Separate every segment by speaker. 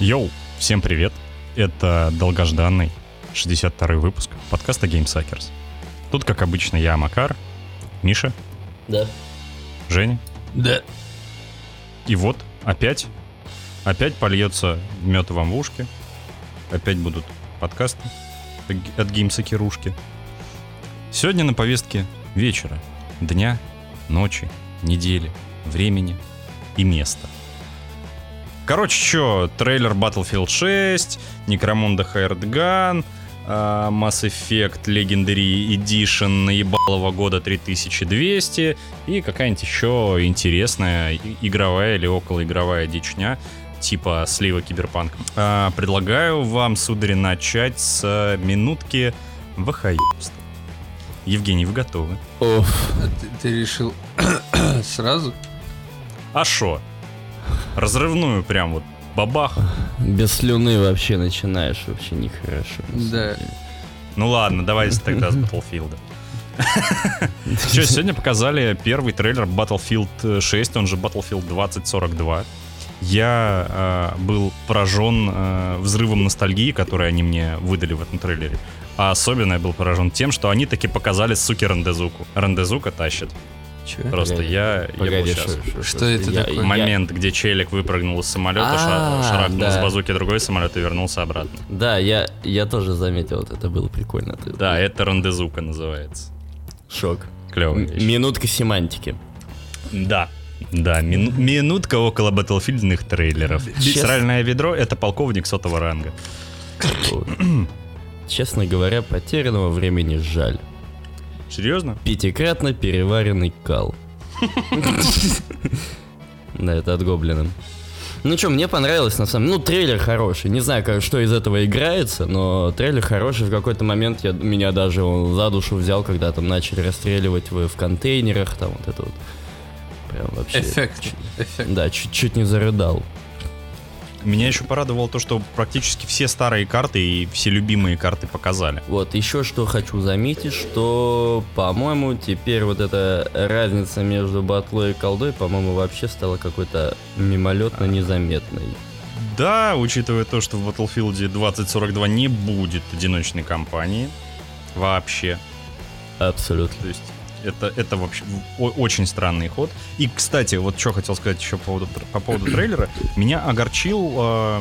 Speaker 1: Йоу, всем привет! Это долгожданный 62-й выпуск подкаста GameSuckers. Тут, как обычно, я, Макар, Миша,
Speaker 2: Да.
Speaker 1: Женя.
Speaker 2: Да.
Speaker 1: И вот опять, опять польется мед вам в ушки, опять будут подкасты от геймсакерушки. Сегодня на повестке вечера, дня, ночи, недели, времени и места. Короче, что, трейлер Battlefield 6, Necromunda Hired Gun, а, Mass Effect Legendary Edition наебалого года 3200 и какая-нибудь еще интересная и- игровая или околоигровая дичня типа слива киберпанк. А, предлагаю вам, сударь, начать с а, минутки вахаебства. Евгений, вы готовы?
Speaker 3: Ты, ты решил сразу?
Speaker 1: А шо? Разрывную прям вот бабах.
Speaker 4: Без слюны вообще начинаешь, вообще нехорошо. на самом
Speaker 3: Да.
Speaker 4: деле.
Speaker 1: Ну ладно, давайте тогда с Battlefield. Че, сегодня показали первый трейлер Battlefield 6, он же Battlefield 2042. Я э, был поражен э, взрывом ностальгии, который они мне выдали в этом трейлере. А особенно я был поражен тем, что они таки показали, суки, Рандезуку. Рандезука тащит.
Speaker 3: Че?
Speaker 1: Просто
Speaker 4: Погоди,
Speaker 1: я, я был
Speaker 4: Погоди,
Speaker 1: счастлив.
Speaker 3: Что это
Speaker 4: Я-
Speaker 3: такое?
Speaker 4: я-
Speaker 1: Момент, где челик выпрыгнул из самолета, ша-
Speaker 4: А,
Speaker 1: шарахнул
Speaker 4: да.
Speaker 1: с базуки другой самолет и вернулся обратно.
Speaker 4: Да, я, я тоже заметил, вот это было прикольно. Ты-
Speaker 1: Да, это Рандезука называется.
Speaker 4: Шок.
Speaker 1: Клевая
Speaker 4: М-
Speaker 1: вещь.
Speaker 4: Минутка семантики.
Speaker 1: Да. Да, мин- минутка около батлфильдных трейлеров.
Speaker 4: Честно.
Speaker 1: Сральное ведро — это полковник сотого ранга.
Speaker 4: Честно говоря, потерянного времени жаль.
Speaker 1: Серьезно?
Speaker 4: Пятикратно переваренный кал. Да, это от гоблина. Ну что, мне понравилось на самом деле. Ну, трейлер хороший. Не знаю, как, что из этого играется, но трейлер хороший. В какой-то момент я, меня даже он за душу взял, когда там начали расстреливать вы в контейнерах, там вот это вот. Прям вообще.
Speaker 3: Эффект. Эффект.
Speaker 4: Да, чуть-чуть не зарыдал.
Speaker 1: Меня еще порадовало то, что практически все старые карты и все любимые карты показали.
Speaker 4: Вот, еще что хочу заметить, что, по-моему, теперь вот эта разница между батлой и колдой, по-моему, вообще стала какой-то мимолетно незаметной.
Speaker 1: Да, учитывая то, что в Battlefield 2042 не будет одиночной кампании вообще.
Speaker 4: Абсолютно.
Speaker 1: То есть это, это вообще о- очень странный ход. И, кстати, вот что хотел сказать еще по поводу, тр- по поводу трейлера. Меня огорчил, э,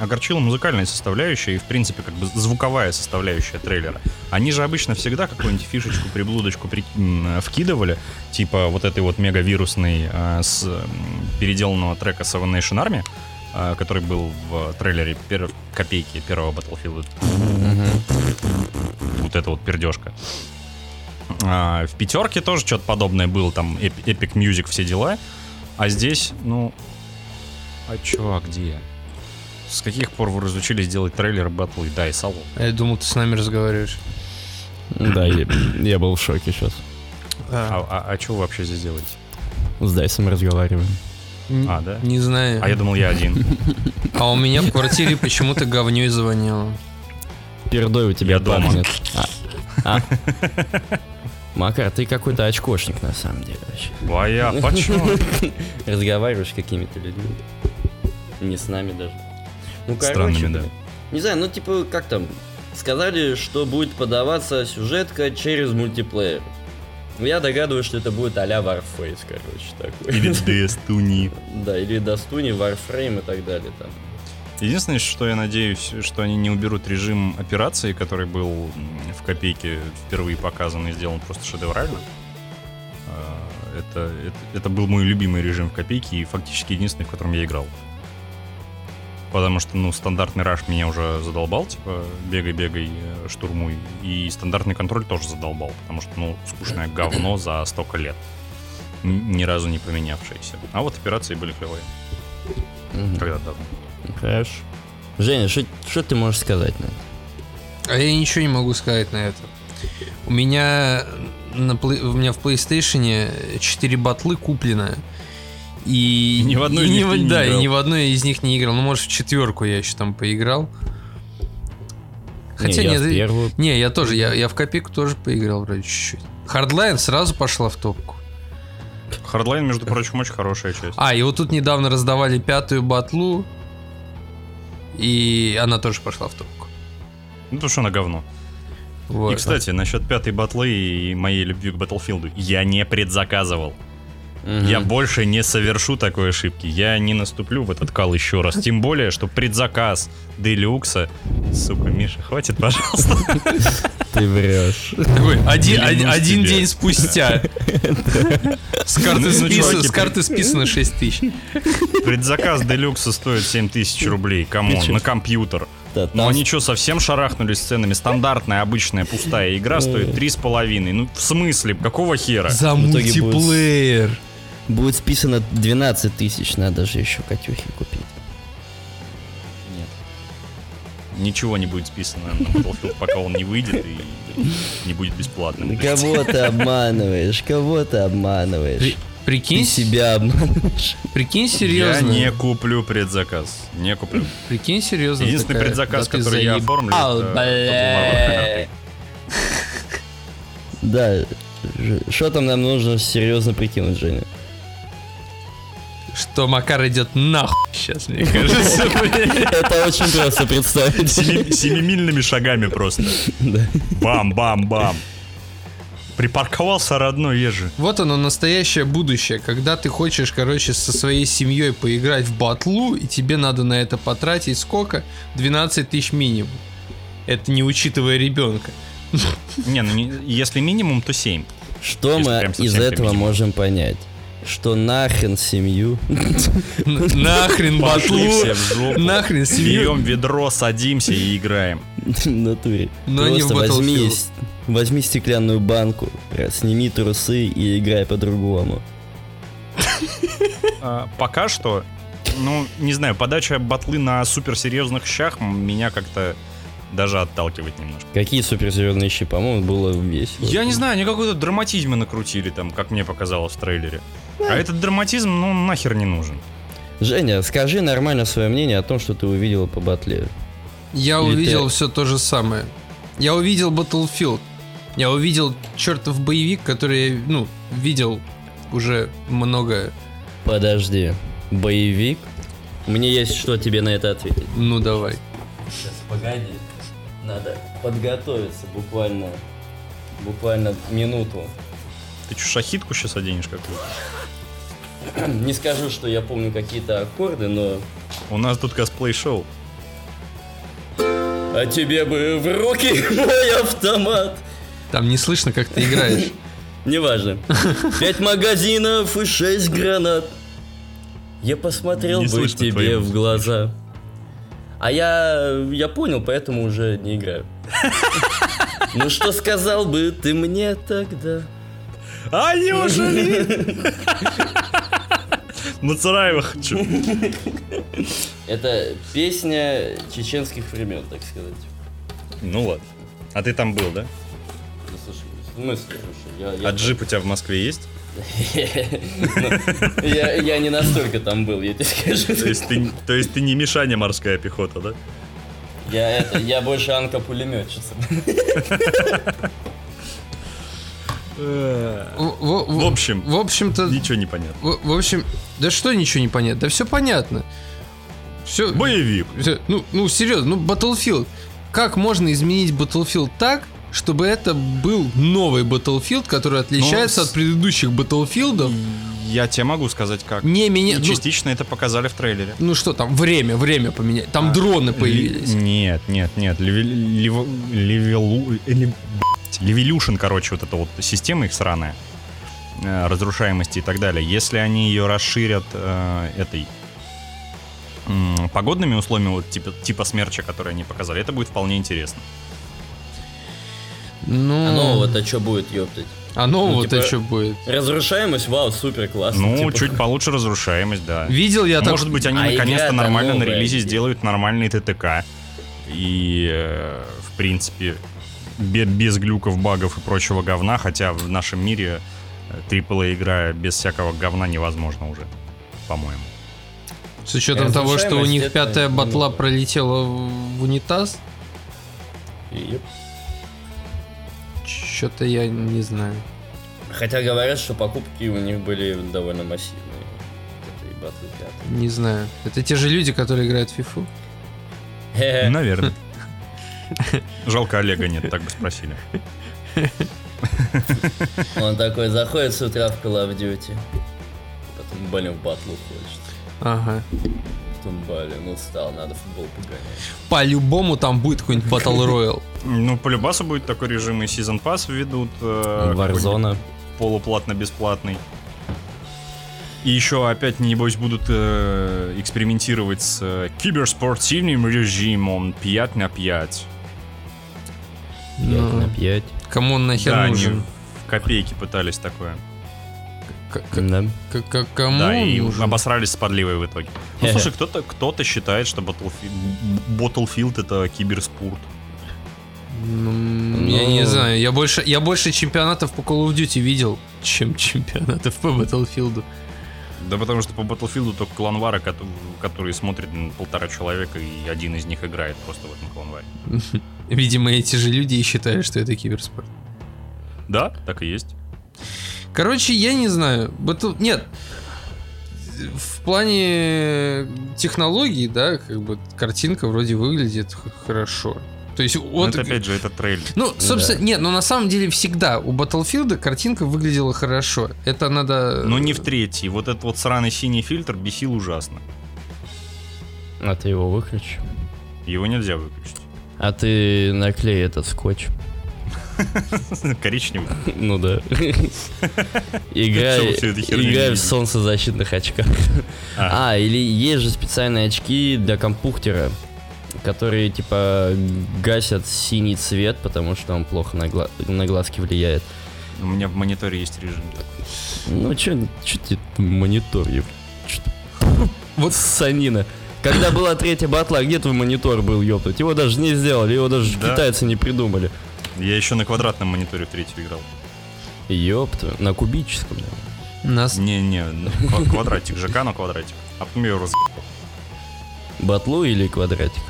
Speaker 1: огорчила музыкальная составляющая и, в принципе, как бы звуковая составляющая трейлера. Они же обычно всегда какую-нибудь фишечку, приблудочку при- м, вкидывали, типа вот этой вот мегавирусной э, с м, переделанного трека Seven Nation Army, э, который был в трейлере пер- копейки первого Battlefield вот эта вот пердежка. А, в пятерке тоже что-то подобное было, там эп- Epic Music, все дела. А здесь, ну... А чё, а где? С каких пор вы разучились делать трейлер, батл и да, и салон?
Speaker 3: А я думал, ты с нами разговариваешь.
Speaker 4: Да, я, я был в шоке сейчас.
Speaker 1: А, а, что вы вообще здесь делаете?
Speaker 4: С Дайсом разговариваем.
Speaker 3: Н-
Speaker 1: а, да?
Speaker 3: Не знаю.
Speaker 1: А я думал, я один.
Speaker 3: А у меня в квартире почему-то говнёй звонило.
Speaker 4: Пердой у тебя
Speaker 1: Я дома.
Speaker 4: пахнет. А. А. Макар, ты какой-то очкошник на самом деле вообще.
Speaker 1: Боя, почему?
Speaker 4: Разговариваешь с какими-то людьми. Не с нами даже. Ну,
Speaker 1: Странными,
Speaker 4: короче,
Speaker 1: да.
Speaker 4: блин. Не знаю, ну, типа, как там? Сказали, что будет подаваться сюжетка через мультиплеер. Ну, Я догадываюсь, что это будет а-ля Warface, короче, такой.
Speaker 1: Или Destiny.
Speaker 4: Да, или Дастуни, Warframe и так далее там.
Speaker 1: Единственное, что я надеюсь, что они не уберут режим операции, который был м, в копейке впервые показан и сделан просто шедеврально. А, Это, это, это был мой любимый режим в копейке и фактически единственный, в котором я играл. Потому что, ну, стандартный раш меня уже задолбал, типа, бегай, бегай, э, штурмуй. И стандартный контроль тоже задолбал, потому что, ну, скучное говно за столько лет, н- ни разу не поменявшееся. А вот операции были клевые, когда-то давно.
Speaker 4: Хорошо. Женя, что ты можешь сказать на это?
Speaker 3: А я ничего не могу сказать на это. У меня на пле- у меня в PlayStation 4 батлы куплено. И
Speaker 1: Ни в одной
Speaker 3: и
Speaker 1: из
Speaker 3: ни
Speaker 1: них
Speaker 3: в-
Speaker 1: ты не
Speaker 3: Да,
Speaker 1: играл.
Speaker 3: и ни в одной из них не играл. Ну, может, в четверку я еще там поиграл. Хотя
Speaker 4: Не, я
Speaker 3: нет,
Speaker 4: в
Speaker 3: и-
Speaker 4: первую.
Speaker 3: Не, я тоже, я, я в копейку тоже поиграл вроде чуть-чуть. Хардлайн сразу пошла в топку.
Speaker 1: Хардлайн, между прочим, очень хорошая часть.
Speaker 3: А, и вот тут недавно раздавали пятую батлу, и она тоже пошла в трубку.
Speaker 1: Ну, потому что она говно.
Speaker 3: Вот.
Speaker 1: И, кстати, насчет пятой батлы и моей любви к Battlefield. Я не предзаказывал. Я больше не совершу такой ошибки. Я не наступлю в этот кал еще раз. Тем более, что предзаказ Делюкса... Сука, Миша, хватит, пожалуйста.
Speaker 4: Ты врешь.
Speaker 3: Такой, один,
Speaker 1: Блин,
Speaker 3: один-
Speaker 1: ну
Speaker 3: один
Speaker 1: тебе.
Speaker 3: день спустя. С
Speaker 1: Ну,
Speaker 3: карты, списа-
Speaker 1: чуваки,
Speaker 3: с карты списано 6 тысяч.
Speaker 1: Предзаказ Делюкса стоит 7000 рублей.
Speaker 4: Ты
Speaker 1: Камон,
Speaker 4: чё?
Speaker 1: на компьютер.
Speaker 4: Да,
Speaker 1: Ну
Speaker 4: там-
Speaker 1: они что, совсем шарахнулись с ценами? Стандартная, обычная, пустая игра стоит 3,5. Ну, в смысле? Какого хера?
Speaker 3: За
Speaker 4: В итоге будет-
Speaker 3: мультиплеер.
Speaker 4: Будет списано 12 тысяч, надо же еще Катюхи купить.
Speaker 1: Ничего не будет списано на Battlefield, пока он не выйдет и не будет бесплатным.
Speaker 4: Кого ты обманываешь? Кого ты обманываешь?
Speaker 3: При-
Speaker 4: Ты
Speaker 3: Прикинь,
Speaker 4: себя обманываешь.
Speaker 3: прикинь
Speaker 1: Я
Speaker 3: серьезно. Ну,
Speaker 1: не куплю предзаказ. Не куплю.
Speaker 3: Прикинь серьезно.
Speaker 1: Единственный
Speaker 3: такая,
Speaker 1: предзаказ,
Speaker 3: да ты
Speaker 1: который я
Speaker 3: заеб-
Speaker 1: оформлю,
Speaker 3: Ау,
Speaker 1: это
Speaker 3: бля.
Speaker 4: Да, что там нам нужно серьезно прикинуть, Женя?
Speaker 3: Что Макар идет нахуй сейчас, мне кажется.
Speaker 4: Это очень просто представить.
Speaker 1: Семи- Семимильными шагами просто.
Speaker 4: Да.
Speaker 1: Бам-бам-бам. Припарковался родной ежи.
Speaker 3: Вот оно, настоящее будущее, когда ты хочешь, короче, со своей семьей поиграть в батлу, и тебе надо на это потратить сколько? 12 тысяч минимум. Это не учитывая ребенка.
Speaker 1: Не, ну не- если минимум, то 7.
Speaker 4: Что
Speaker 1: Если
Speaker 4: мы
Speaker 1: прям совсем
Speaker 4: из этого
Speaker 1: применить.
Speaker 4: можем понять? Что нахрен семью?
Speaker 3: Н- Нахрен
Speaker 1: Пошли
Speaker 3: батлу,
Speaker 1: все в жопу.
Speaker 3: нахрен семью.
Speaker 1: Берем ведро, садимся и играем.
Speaker 4: В натуре.
Speaker 3: Но не в
Speaker 4: Просто возьми,
Speaker 3: Battlefield.
Speaker 4: с- возьми стеклянную банку, э, сними трусы и играй по-другому.
Speaker 1: А, пока что, ну, не знаю, подача батлы на суперсерьезных щах меня как-то даже отталкивает немножко.
Speaker 4: Какие суперсерьезные щи, по-моему, было весело.
Speaker 1: Я не знаю, они какой-то драматизм накрутили там, как мне показалось в трейлере. А этот драматизм, ну, нахер не нужен.
Speaker 4: Женя, скажи нормально свое мнение о том, что ты увидела по батле.
Speaker 3: Я
Speaker 4: Или
Speaker 3: увидел
Speaker 4: ты-
Speaker 3: все то же самое. Я увидел Battlefield. Я увидел чертов боевик, который я, ну, видел уже много.
Speaker 4: Подожди, боевик? Мне есть что тебе на это ответить.
Speaker 3: Ну, давай.
Speaker 4: Сейчас, погоди. Надо подготовиться буквально, буквально минуту.
Speaker 1: Ты что, шахитку сейчас оденешь какую-то?
Speaker 4: Не скажу, что я помню какие-то аккорды, но...
Speaker 1: У нас тут косплей-шоу.
Speaker 4: А тебе бы в руки мой автомат!
Speaker 3: Там не слышно, как ты играешь.
Speaker 4: Неважно. Пять магазинов и шесть гранат. Я посмотрел
Speaker 1: Не
Speaker 4: бы
Speaker 1: слышно
Speaker 4: тебе
Speaker 1: твоей
Speaker 4: в
Speaker 1: музыки.
Speaker 4: глаза. А я, я понял, поэтому уже не играю. Ну что сказал бы ты мне тогда?
Speaker 1: А, неужели? На Цараева хочу.
Speaker 4: Это песня чеченских времен, так сказать.
Speaker 1: Ну ладно. А ты там был, да?
Speaker 4: Ну, слушай, в смысле, слушай, я, я-
Speaker 1: А джип у тебя в Москве есть?
Speaker 4: Ну, я- я не настолько там был, я тебе
Speaker 1: То
Speaker 4: скажу.
Speaker 1: есть ты, то есть ты не Мишаня морская пехота, да?
Speaker 4: Я это, я больше анка-пулеметчица.
Speaker 3: В- в- в-
Speaker 1: В общем,
Speaker 3: В общем-то,
Speaker 1: ничего не понятно.
Speaker 3: в, в общем, да что ничего не понятно, да все понятно. Все,
Speaker 1: Боевик.
Speaker 3: ну, ну серьезно, ну Battlefield. Как можно изменить Battlefield так, чтобы это был новый Battlefield, который отличается
Speaker 1: Ну, с-
Speaker 3: от предыдущих Battlefieldов?
Speaker 1: Я тебе могу сказать как.
Speaker 3: Не меня,
Speaker 1: И
Speaker 3: ну,
Speaker 1: частично это показали в трейлере.
Speaker 3: ну что там, время, время поменять. Там
Speaker 1: А,
Speaker 3: дроны появились.
Speaker 1: Ли- Нет, нет, нет. Леви- лево- левелу- э, лев- блядь, Левелюшн, короче, вот эта вот система их сраная. э, Разрушаемости и так далее. Если они ее расширят э, этой м, погодными условиями, вот типа, типа смерча, которые они показали, это будет вполне интересно.
Speaker 3: Ну,
Speaker 4: А нового-то что будет, ёптать?
Speaker 3: а нового-то
Speaker 4: типа-
Speaker 3: что будет?
Speaker 4: Разрушаемость, вау, супер классно.
Speaker 1: Ну,
Speaker 4: типа.
Speaker 1: чуть получше разрушаемость, да.
Speaker 3: Видел я так.
Speaker 1: Может быть, они
Speaker 4: А
Speaker 1: наконец-то
Speaker 4: игра-то
Speaker 1: нормально на
Speaker 4: новая,
Speaker 1: релизе
Speaker 4: где?
Speaker 1: сделают нормальный ТТК. И, э, в принципе, бе- без глюков, багов и прочего говна, хотя в нашем мире э, AAA игра без всякого говна невозможно уже, по-моему.
Speaker 3: С учетом того, что у них
Speaker 4: Разрушаемость это
Speaker 3: пятая батла
Speaker 4: много.
Speaker 3: пролетела в в унитаз,
Speaker 4: И-
Speaker 3: что-то я не знаю.
Speaker 4: Хотя говорят, что покупки у них были довольно массивные. Вот этой Battlefield пятой.
Speaker 3: Не знаю. Это те же люди, которые играют в FIFA.
Speaker 4: Хе-хе.
Speaker 1: Наверное. Жалко, Олега нет, так бы спросили. Ну.
Speaker 4: Он такой заходит с утра в Call of Duty. Потом, блин, в батлу хочет.
Speaker 3: Ага.
Speaker 4: Потом, блин, устал, надо футбол погонять.
Speaker 3: По-любому там будет какой-нибудь Battle Royale.
Speaker 1: Ну, по любасу будет такой режим, и Season Pass введут. э, какой-нибудь
Speaker 4: Warzone.
Speaker 1: Полуплатно-бесплатный. И еще опять, небось, будут э, экспериментировать с э, киберспортивным режимом 5 на 5.
Speaker 3: Ну,
Speaker 4: на 5.
Speaker 3: Кому он нахер
Speaker 1: да, они
Speaker 3: нужен?
Speaker 1: в копейки пытались такое.
Speaker 3: К- к-
Speaker 4: Да.
Speaker 3: к- к- Кому
Speaker 1: да, и
Speaker 3: он нужен?
Speaker 1: обосрались с подливой в итоге. Ну, слушай, кто-то кто считает, что Battlefield, Battlefield это киберспорт.
Speaker 3: Ну, Я не
Speaker 4: Ну.
Speaker 3: знаю, я больше, я больше чемпионатов по Call of Duty видел, чем чемпионатов по Battlefield.
Speaker 1: Да потому что по Battlefield только кланвара, кото- которые смотрят м, полтора человека, и один из них играет просто в этом кланваре.
Speaker 3: Видимо, эти же люди и считают, что это киберспорт.
Speaker 1: Да, так и есть.
Speaker 3: Короче, я не знаю. Батл- Нет. В плане технологий, да, как бы картинка вроде выглядит х- хорошо. То есть
Speaker 1: Но
Speaker 3: вот...
Speaker 1: Ну, это опять же, это трейлер.
Speaker 3: Ну, собственно, нет, но на самом деле всегда у Battlefield картинка выглядела хорошо. Это надо...
Speaker 1: Но Ну, не в третий. Вот этот вот сраный синий фильтр бесил ужасно.
Speaker 4: А ты его выключи.
Speaker 1: Его нельзя выключить.
Speaker 4: А ты наклей этот скотч.
Speaker 1: Коричневый.
Speaker 4: Ну да. Играй,
Speaker 1: Всё, всё это херня не
Speaker 4: играй в
Speaker 1: видно.
Speaker 4: солнцезащитных очках.
Speaker 1: А,
Speaker 4: А, или есть же специальные очки для компьютера, которые типа гасят синий цвет, потому что он плохо на, гла- на глазки влияет.
Speaker 1: у меня в мониторе есть режим. такой.
Speaker 4: Ну чё, чё ты монитор, еб- чё ты-
Speaker 3: Вот-
Speaker 4: санина. Когда была третья батла, а где твой монитор был, ёптать? Его даже не сделали, его даже
Speaker 1: Да.
Speaker 4: китайцы не придумали.
Speaker 1: Я еще на квадратном мониторе в третью играл.
Speaker 4: Ёпта, на кубическом. да.
Speaker 3: Нас...
Speaker 1: Не-не, на ну, ква- квадратик, ЖК на квадратик. А потом я его раз...
Speaker 4: Батлу или квадратик?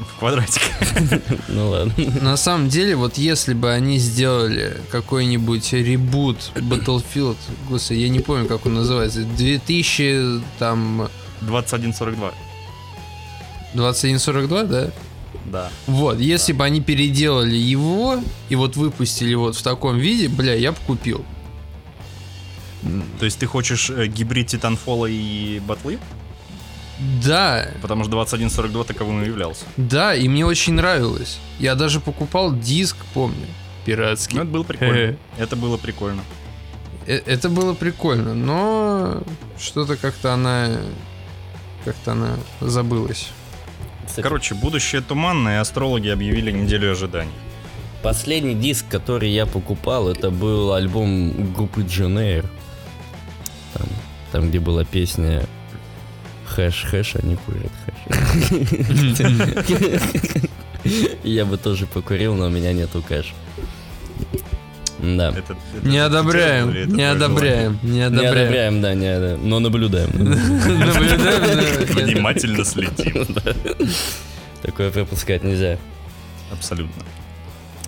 Speaker 1: в квадратик.
Speaker 4: Ну ладно.
Speaker 3: На самом деле, вот если бы они сделали какой-нибудь ребут Battlefield, господи, я не помню, как он называется, 2000, там,
Speaker 1: 2142.
Speaker 3: 2142, да?
Speaker 1: Да.
Speaker 3: Вот, если бы они переделали его и вот выпустили вот в таком виде, бля, я бы купил.
Speaker 1: То есть ты хочешь э, гибрид Титанфола и Батлы?
Speaker 3: Да,
Speaker 1: Потому что 2142 таковым и являлся.
Speaker 3: да, и мне очень нравилось. Я даже покупал диск, помню,
Speaker 1: Ну,
Speaker 3: пиратский.
Speaker 1: это было
Speaker 3: Э.
Speaker 1: прикольно. Это было прикольно.
Speaker 3: Э, Это было прикольно, но что-то как-то она... Как-то она забылась.
Speaker 1: Короче, будущее туманное, астрологи объявили неделю ожиданий.
Speaker 4: Последний диск, который я покупал, это был альбом группы Дженейр. Там, там, где была песня Хэш-хэш, они курят хэш. Я бы тоже покурил, но у меня нету кэш. Да.
Speaker 1: Это- это ты
Speaker 3: Не одобряем,
Speaker 1: цитировал или это
Speaker 3: не
Speaker 1: твое
Speaker 3: одобряем, не
Speaker 4: Не
Speaker 3: одобряем.
Speaker 4: одобряем, да, не одобряем, но наблюдаем.
Speaker 1: желание?
Speaker 3: Наблюдаем, да.
Speaker 1: Э, Внимательно следим.
Speaker 4: Такое пропускать нельзя.
Speaker 1: Абсолютно.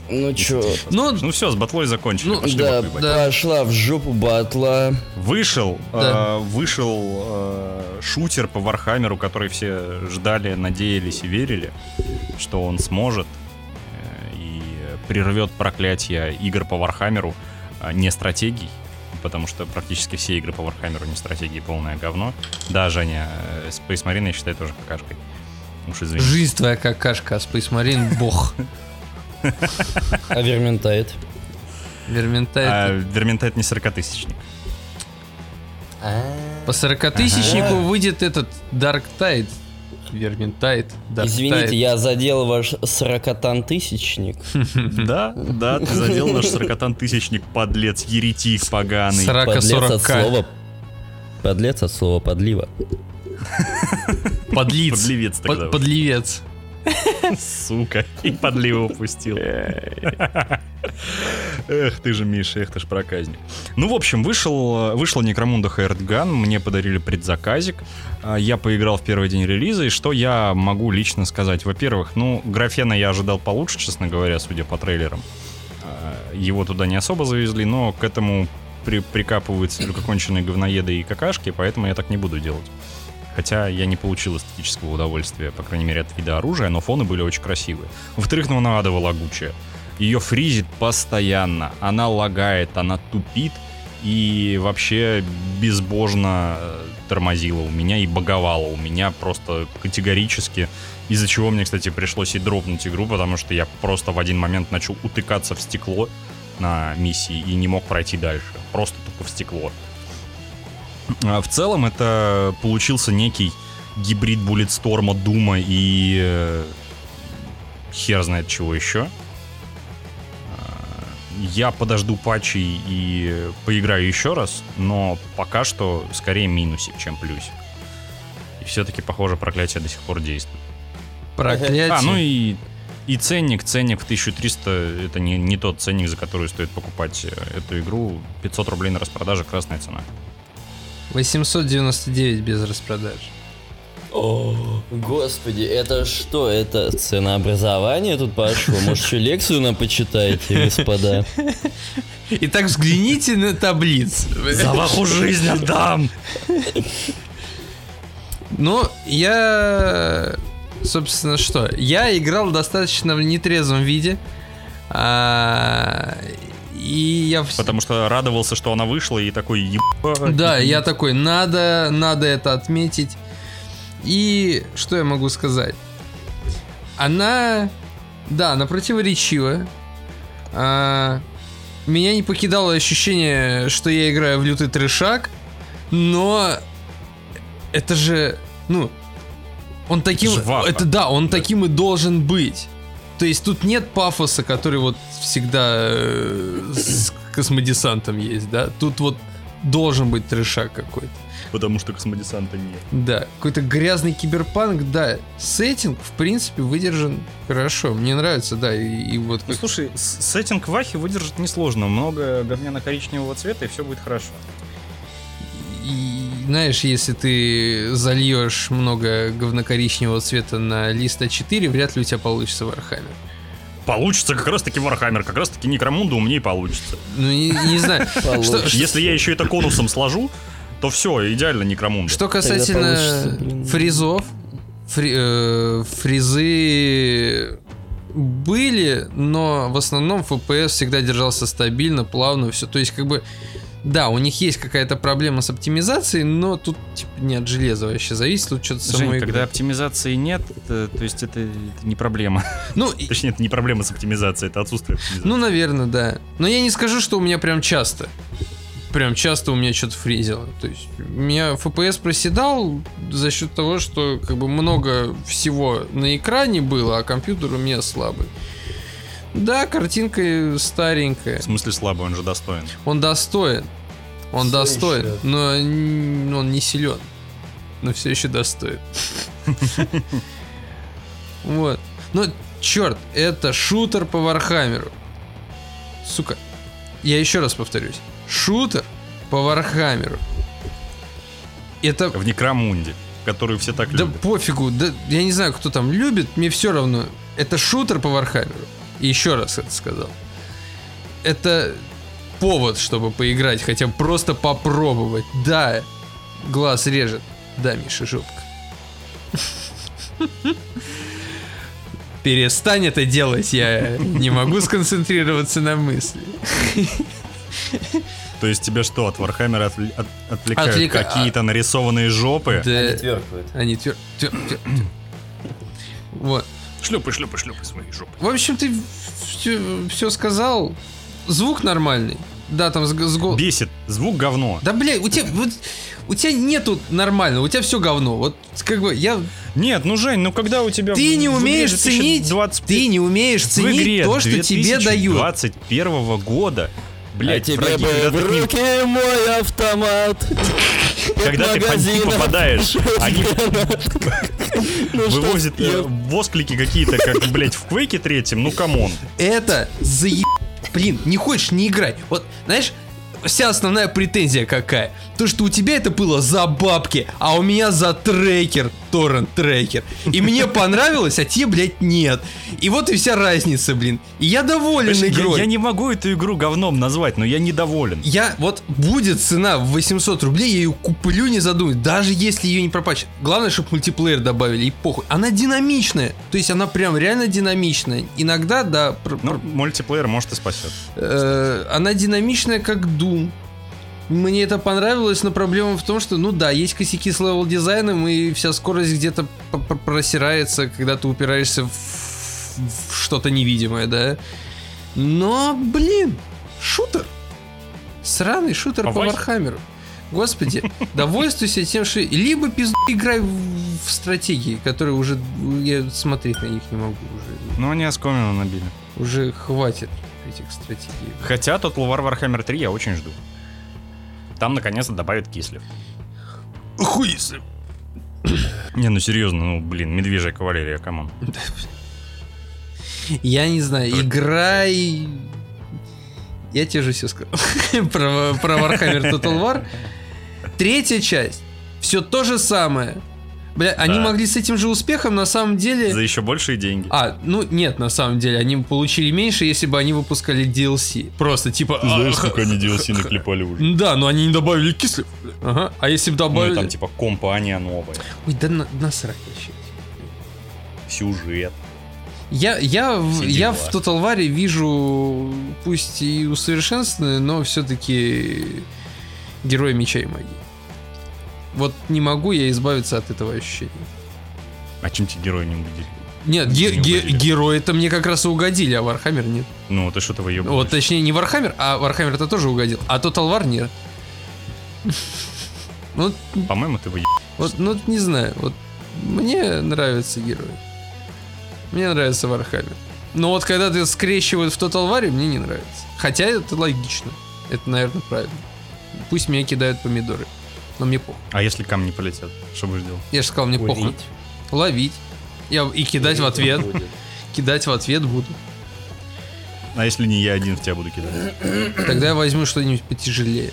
Speaker 4: Ну чё,
Speaker 3: Ну,
Speaker 1: Ну все, с батлой закончили.
Speaker 3: Ну,
Speaker 1: пошли
Speaker 4: да,
Speaker 1: батлу ебать.
Speaker 3: да.
Speaker 4: пошла в жопу батла.
Speaker 1: Вышел,
Speaker 3: Да.
Speaker 1: э, вышел э, шутер по Вархаммеру, который все ждали, надеялись и верили, что он сможет э, и прервет проклятие игр по Вархаммеру э, не стратегий, потому что практически все игры по Вархаммеру не стратегии, полное говно. Да, Женя, э, Space Marine я считаю тоже какашкой. Уж извини.
Speaker 3: жизнь твоя какашка, а Space Marine бог.
Speaker 4: А Верментайт?
Speaker 1: А
Speaker 3: Верментай.
Speaker 1: Верментайт А не 40-тысячник.
Speaker 4: А.
Speaker 3: По 40 тысячнику выйдет этот Dark Tide. Верментайт. Dark Tide.
Speaker 4: Извините, я задел ваш сорокатан-тысячник.
Speaker 1: Да, да, ты задел наш 40-тысячник, подлец, еретик поганый.
Speaker 3: Срака
Speaker 4: Подлец от
Speaker 3: 40
Speaker 4: слова... Подлец от слова подлива.
Speaker 3: Подлиц.
Speaker 1: Подливец
Speaker 3: Под-
Speaker 1: тогда.
Speaker 3: Подливец.
Speaker 4: А,
Speaker 1: Сука, и подливу упустил. Эх, ты же, Миша, эх, ты ж проказник. Ну, в общем, вышел, э, вышла Некромунда Хардган, мне подарили предзаказик, А, я поиграл в первый день релиза, и что я могу лично сказать? Во-первых, ну, графена я ожидал получше, честно говоря, судя по трейлерам. А, его туда не особо завезли, но к этому при- прикапываются только конченые говноеды и какашки, поэтому я так не буду делать. Хотя я не получил эстетического удовольствия, по крайней мере, от вида оружия, но фоны были очень красивые. Во-вторых, ну она адово лагучая. Ее фризит постоянно, она лагает, она тупит и вообще безбожно э, тормозила у меня и боговала у меня просто категорически. Из-за чего мне, кстати, пришлось и дропнуть игру, потому что я просто в один момент начал утыкаться в стекло на миссии и не мог пройти дальше. Просто тупо в стекло. А В целом это получился некий гибрид Буллетсторма, Дума и э, хер знает чего еще. А, Я подожду патчи и поиграю еще раз, но пока что скорее минусик, чем плюс. И все-таки, похоже, проклятие до сих пор действует.
Speaker 3: Проклятие.
Speaker 1: А, ну и, и ценник, ценник в 1300, это не, не тот ценник, за который стоит покупать э, эту игру. 500 рублей на распродаже, красная цена.
Speaker 3: 899 без распродаж.
Speaker 4: О, господи, это что? Это ценообразование тут пошло? Может, еще лекцию нам почитаете, господа?
Speaker 3: Итак, взгляните на таблицу.
Speaker 1: вашу жизнь отдам!
Speaker 3: Ну, я... Собственно, что? Я играл достаточно в нетрезвом виде. А, И я... вс-
Speaker 1: Потому что радовался, что она вышла, и такой ебать.
Speaker 3: Да, я такой, надо, надо это отметить. И что я могу сказать? Она... Да, она противоречива. А, Меня не покидало ощущение, что я играю в лютый трешак, но это же, ну, он таким,
Speaker 1: Жваво.
Speaker 3: это да, он таким и должен быть. То есть тут нет пафоса, который вот всегда э, с космодесантом есть, да. Тут вот должен быть трешак какой-то.
Speaker 1: Потому что космодесанта нет.
Speaker 3: Да, какой-то грязный киберпанк, да. Сеттинг, в принципе, выдержан хорошо. Мне нравится, да, и, и вот
Speaker 1: Ну
Speaker 3: как-
Speaker 1: слушай, с- сеттинг Вахи выдержит несложно. Много говняно-коричневого цвета, и все будет хорошо.
Speaker 3: И, знаешь, если ты зальешь много говнокоричневого цвета на лист А4, вряд ли у тебя получится Вархаммер.
Speaker 1: Получится как раз-таки Вархаммер, как раз-таки Некромунда умнее получится.
Speaker 3: Ну, не, не знаю. Что,
Speaker 1: Если я еще это конусом сложу, то все, идеально Некромунда.
Speaker 3: что касательно
Speaker 4: получится, блин.
Speaker 3: фризов, фри- э, фризы были, но в основном FPS всегда держался стабильно, плавно, все. То есть, как бы, да, у них есть какая-то проблема с оптимизацией, но тут типа, не от железа вообще зависит, тут что-то само
Speaker 1: Жень, когда оптимизации нет, э, то есть это это не проблема.
Speaker 3: Ну, и-
Speaker 1: Точнее, это не проблема с оптимизацией, это отсутствие оптимизации.
Speaker 3: Ну, наверное, да. Но я не скажу, что у меня прям часто. Прям часто у меня что-то фризило. То есть у меня FPS проседал за счет того, что как бы много всего на экране было, а компьютер у меня слабый. Да, картинка старенькая.
Speaker 1: В смысле слабый, он же достоин.
Speaker 3: Он достоин. Он
Speaker 4: Всё
Speaker 3: достоин,
Speaker 4: ещё.
Speaker 3: но н- он не силен. Но все еще достоин. Вот. Ну, черт, это шутер по Вархаммеру. Сука. Я еще раз повторюсь. Шутер по Вархаммеру. Это...
Speaker 1: В Некромунде, который все так
Speaker 3: Да
Speaker 1: любят.
Speaker 3: пофигу, да я не знаю, кто там любит, мне все равно. Это шутер по Вархаммеру. И еще раз это сказал. Это повод, чтобы поиграть, хотя бы просто попробовать. Да, глаз режет. Да, Миша, жопка. Перестань это делать, я не могу сконцентрироваться на мысли.
Speaker 1: То есть тебя что, от Вархаммера отвл- от- отвлекают
Speaker 3: Отвлека-
Speaker 1: какие-то нарисованные жопы?
Speaker 3: Да,
Speaker 4: А
Speaker 3: они твер... твер- твер- твер- Вот.
Speaker 1: Шлепай, шлепай, шлепай свои жопы.
Speaker 3: В общем, ты все, сказал. Звук нормальный. Да, там с, г- с гол-
Speaker 1: Бесит. Звук говно.
Speaker 3: Да, бля, у тебя, вот, у тебя нету нормального, у тебя все говно. Вот как бы я.
Speaker 1: Нет, ну Жень, ну когда у тебя...
Speaker 3: Ты не
Speaker 1: в- в игре
Speaker 3: умеешь ценить.
Speaker 1: 2025
Speaker 3: Ты не умеешь
Speaker 1: в
Speaker 3: ценить
Speaker 1: игре
Speaker 3: то, что тебе дают.
Speaker 1: 2021 года. Блять,
Speaker 4: тебе бы в руки мой автомат.
Speaker 1: когда ты под них
Speaker 4: магазина.
Speaker 1: попадаешь, они
Speaker 4: Ну что
Speaker 1: вывозят
Speaker 4: ты,
Speaker 1: э, восклики какие-то, как, блять, в Квейке третьем, ну камон.
Speaker 3: Это заеб... Блин, не хочешь не играть. Вот, знаешь, вся основная претензия какая? То, что у тебя это было за бабки, а у меня за трекер, торрент-трекер. И мне понравилось, а тебе, блядь, нет. И вот и вся разница, блин. И я доволен
Speaker 1: Понимаешь, я-
Speaker 3: игрой.
Speaker 1: Я не могу эту игру говном назвать, но я недоволен.
Speaker 3: Я вот будет цена в 800 рублей, я ее куплю, не задумываясь, даже если ее не пропачат. Главное, чтобы мультиплеер добавили, и похуй. Она динамичная, то есть она прям реально динамичная. Иногда, да, пр-
Speaker 1: Ну, мультиплеер, может, и спасет.
Speaker 3: Э, она динамичная, как Doom. Мне это понравилось, но проблема в том, что, ну да, есть косяки с левел-дизайном, и вся скорость где-то п- п- просирается, когда ты упираешься в, в что-то невидимое, да. Но, блин, шутер. Сраный шутер по,
Speaker 1: По Васе?
Speaker 3: Вархаммеру. Господи, довольствуйся тем, что... Либо пизду играй в, в стратегии, которые уже... Я смотреть на них не могу уже.
Speaker 1: Ну, они оскомину набили.
Speaker 3: Уже хватит этих стратегий.
Speaker 1: Хотя тот Лувар Warhammer 3 я очень жду. Там наконец-то добавят кислив.
Speaker 3: Хуй с ним.
Speaker 1: Не, ну серьезно, ну блин, медвежья кавалерия, камон.
Speaker 3: Я не знаю,
Speaker 1: Тоже.
Speaker 3: играй... Я тебе же все сказал. про, про Warhammer Total War. Третья часть. Все то же самое. Бля, они
Speaker 1: Да.
Speaker 3: могли с этим же успехом на самом деле...
Speaker 1: За еще большие деньги.
Speaker 3: Э. А, ну нет, на самом деле, они бы получили меньше, если бы они выпускали DLC. Просто типа... а, х-
Speaker 1: они DLC наклепали уже?
Speaker 3: Да, но они не добавили кислив. Ага. А если бы
Speaker 1: Ну
Speaker 3: добавили...
Speaker 1: и там типа компания новая,
Speaker 3: Ой, да на- насрать вообще.
Speaker 1: сюжет.
Speaker 3: Я, я, в-
Speaker 1: Все дела.
Speaker 3: я в Total War вижу, пусть и усовершенствованные, но все-таки героя меча и магии. Вот не могу я избавиться от этого ощущения.
Speaker 1: А чем тебе герои не убедили?
Speaker 3: Нет, ге-
Speaker 1: Не
Speaker 3: ге-
Speaker 1: угодили.
Speaker 3: герои-то мне как раз и угодили, а Вархаммер нет.
Speaker 1: Ну, ты что-то выебываешь.
Speaker 3: Вот, точнее, не Вархаммер, а Вархаммер-то тоже угодил, а Total War нет. Ну, Вот,
Speaker 1: По-моему, ты выеб...
Speaker 3: вот, ну, не знаю, вот мне нравятся герои. Мне нравится Вархаммер. Но вот когда ты скрещивают в Total War, мне не нравится. Хотя это логично. Это, наверное, правильно. Пусть меня кидают помидоры. Но мне похуй.
Speaker 1: А если камни полетят, что будешь делать?
Speaker 3: Я же сказал, мне похуй. Ловить. Я и кидать в ответ. Кидать в ответ буду.
Speaker 1: А если не я один в тебя буду кидать?
Speaker 3: Тогда я возьму что-нибудь потяжелее.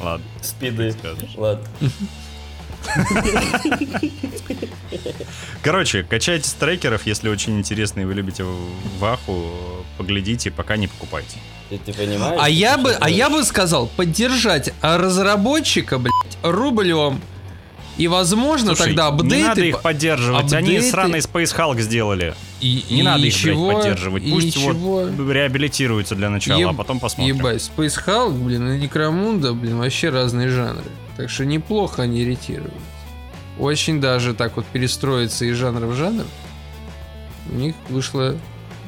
Speaker 1: Ладно,
Speaker 4: Спиды.
Speaker 1: скажешь.
Speaker 4: Ладно.
Speaker 1: Короче, качайте трекеров, если очень интересно и вы любите ваху, поглядите, пока не покупайте.
Speaker 4: Ты, ты понимаешь?
Speaker 3: А
Speaker 4: ты
Speaker 3: я бы,
Speaker 4: что
Speaker 3: а я
Speaker 4: делаешь?
Speaker 3: бы сказал, поддержать разработчика, блядь, рублем. И, возможно,
Speaker 1: Слушай,
Speaker 3: Ну, тогда апдейты...
Speaker 1: не надо их
Speaker 3: по-
Speaker 1: поддерживать, они
Speaker 3: апдейты-
Speaker 1: сраный Space Hulk сделали.
Speaker 3: И,
Speaker 1: Не
Speaker 3: и
Speaker 1: надо их, блядь,
Speaker 3: ничего,
Speaker 1: поддерживать.
Speaker 3: и
Speaker 1: Пусть
Speaker 3: ничего.
Speaker 1: вот реабилитируются для начала,
Speaker 3: Еб-
Speaker 1: а потом посмотрим.
Speaker 3: Ебать, Space Hulk, блин, и Некромунда, блин, вообще разные жанры. Так что неплохо они ретируют. Очень даже так вот перестроиться из жанра в жанр. У них вышло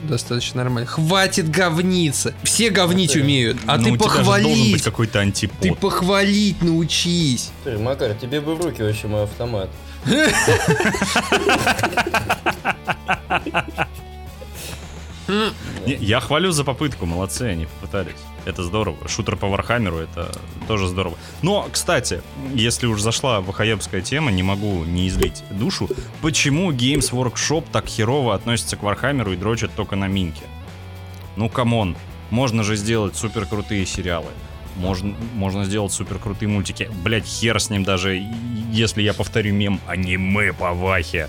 Speaker 3: достаточно нормально. Хватит говниться. Все говнить
Speaker 4: Ну,
Speaker 3: умеют. А
Speaker 1: Ну,
Speaker 3: ты
Speaker 1: у тебя же должен быть
Speaker 3: похвалить.
Speaker 1: какой-то антипод.
Speaker 3: Ты похвалить научись.
Speaker 4: Слушай, Макар, тебе бы в руки вообще мой автомат.
Speaker 1: Не, я хвалю за попытку, молодцы, они попытались. Это здорово. Шутер по Вархаммеру, это тоже здорово. Но, кстати, если уж зашла вахаебская тема, не могу не излить душу. Почему Games Workshop так херово относится к Вархаммеру и дрочит только на Минке? Ну, камон, можно же сделать супер крутые сериалы. Можно, можно сделать супер крутые мультики. Блять, хер с ним даже, и- если я повторю мем аниме по Вахе.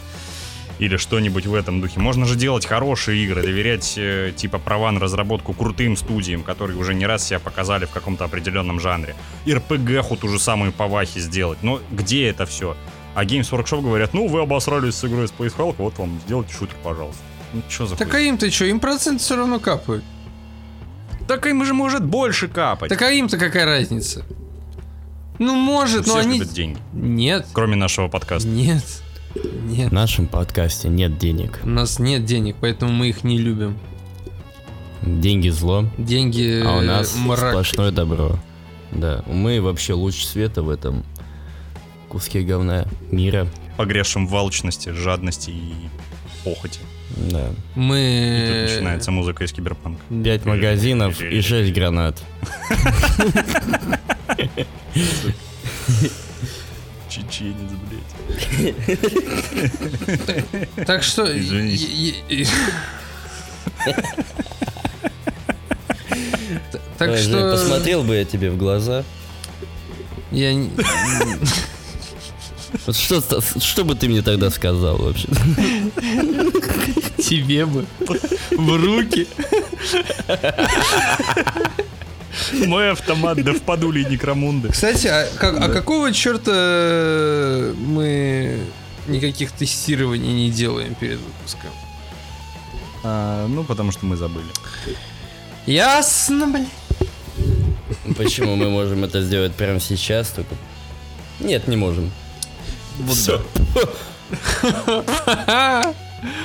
Speaker 1: Или что-нибудь в этом духе. Можно же делать хорошие игры, доверять э, типа права на разработку крутым студиям, которые уже не раз себя показали в каком-то определенном жанре. РПГ ху ту же самую по Вахе сделать. Но где это все? А Games Workshop говорят, ну вы обосрались с игрой Space Hulk, вот вам сделайте шутер, пожалуйста. Ну что за
Speaker 3: Так а
Speaker 1: хуйня?
Speaker 3: им-то что, им процент все равно капают.
Speaker 1: Так им же может больше капать.
Speaker 3: Так а им-то какая разница? Ну может,
Speaker 1: Все
Speaker 3: но
Speaker 1: ж
Speaker 3: они...
Speaker 1: любят деньги.
Speaker 3: Нет.
Speaker 1: Кроме нашего подкаста.
Speaker 3: Нет. Нет.
Speaker 4: В нашем подкасте нет денег.
Speaker 3: У нас нет денег, поэтому мы их не любим.
Speaker 4: Деньги зло,
Speaker 3: Деньги
Speaker 4: а у нас
Speaker 3: э, мрак.
Speaker 4: сплошное добро. Да, мы вообще луч света в этом куске говна мира.
Speaker 1: Погрешим в алчности, жадности и похоти.
Speaker 4: Да.
Speaker 1: И тут
Speaker 3: Мы...
Speaker 1: начинается музыка из киберпанка.
Speaker 4: Пять магазинов и шесть гранат.
Speaker 1: Чеченец, блядь.
Speaker 3: э, Так что...
Speaker 1: Извините.
Speaker 3: и- и- и- Т- Так
Speaker 4: Ой, Жень,
Speaker 3: что...
Speaker 4: Посмотрел бы я тебе в глаза.
Speaker 3: Я... не-
Speaker 4: Вот Что, ст- что бы ты мне тогда сказал вообще?
Speaker 3: Тебе бы. В руки.
Speaker 1: Мой автомат, да впадули некромунды.
Speaker 3: Кстати, а, как- а какого черта мы никаких тестирований не делаем перед выпуском?
Speaker 1: А, ну, потому что мы забыли.
Speaker 3: Ясно, блин.
Speaker 4: Почему мы можем это сделать прямо сейчас? Только... Нет, не можем. Всё.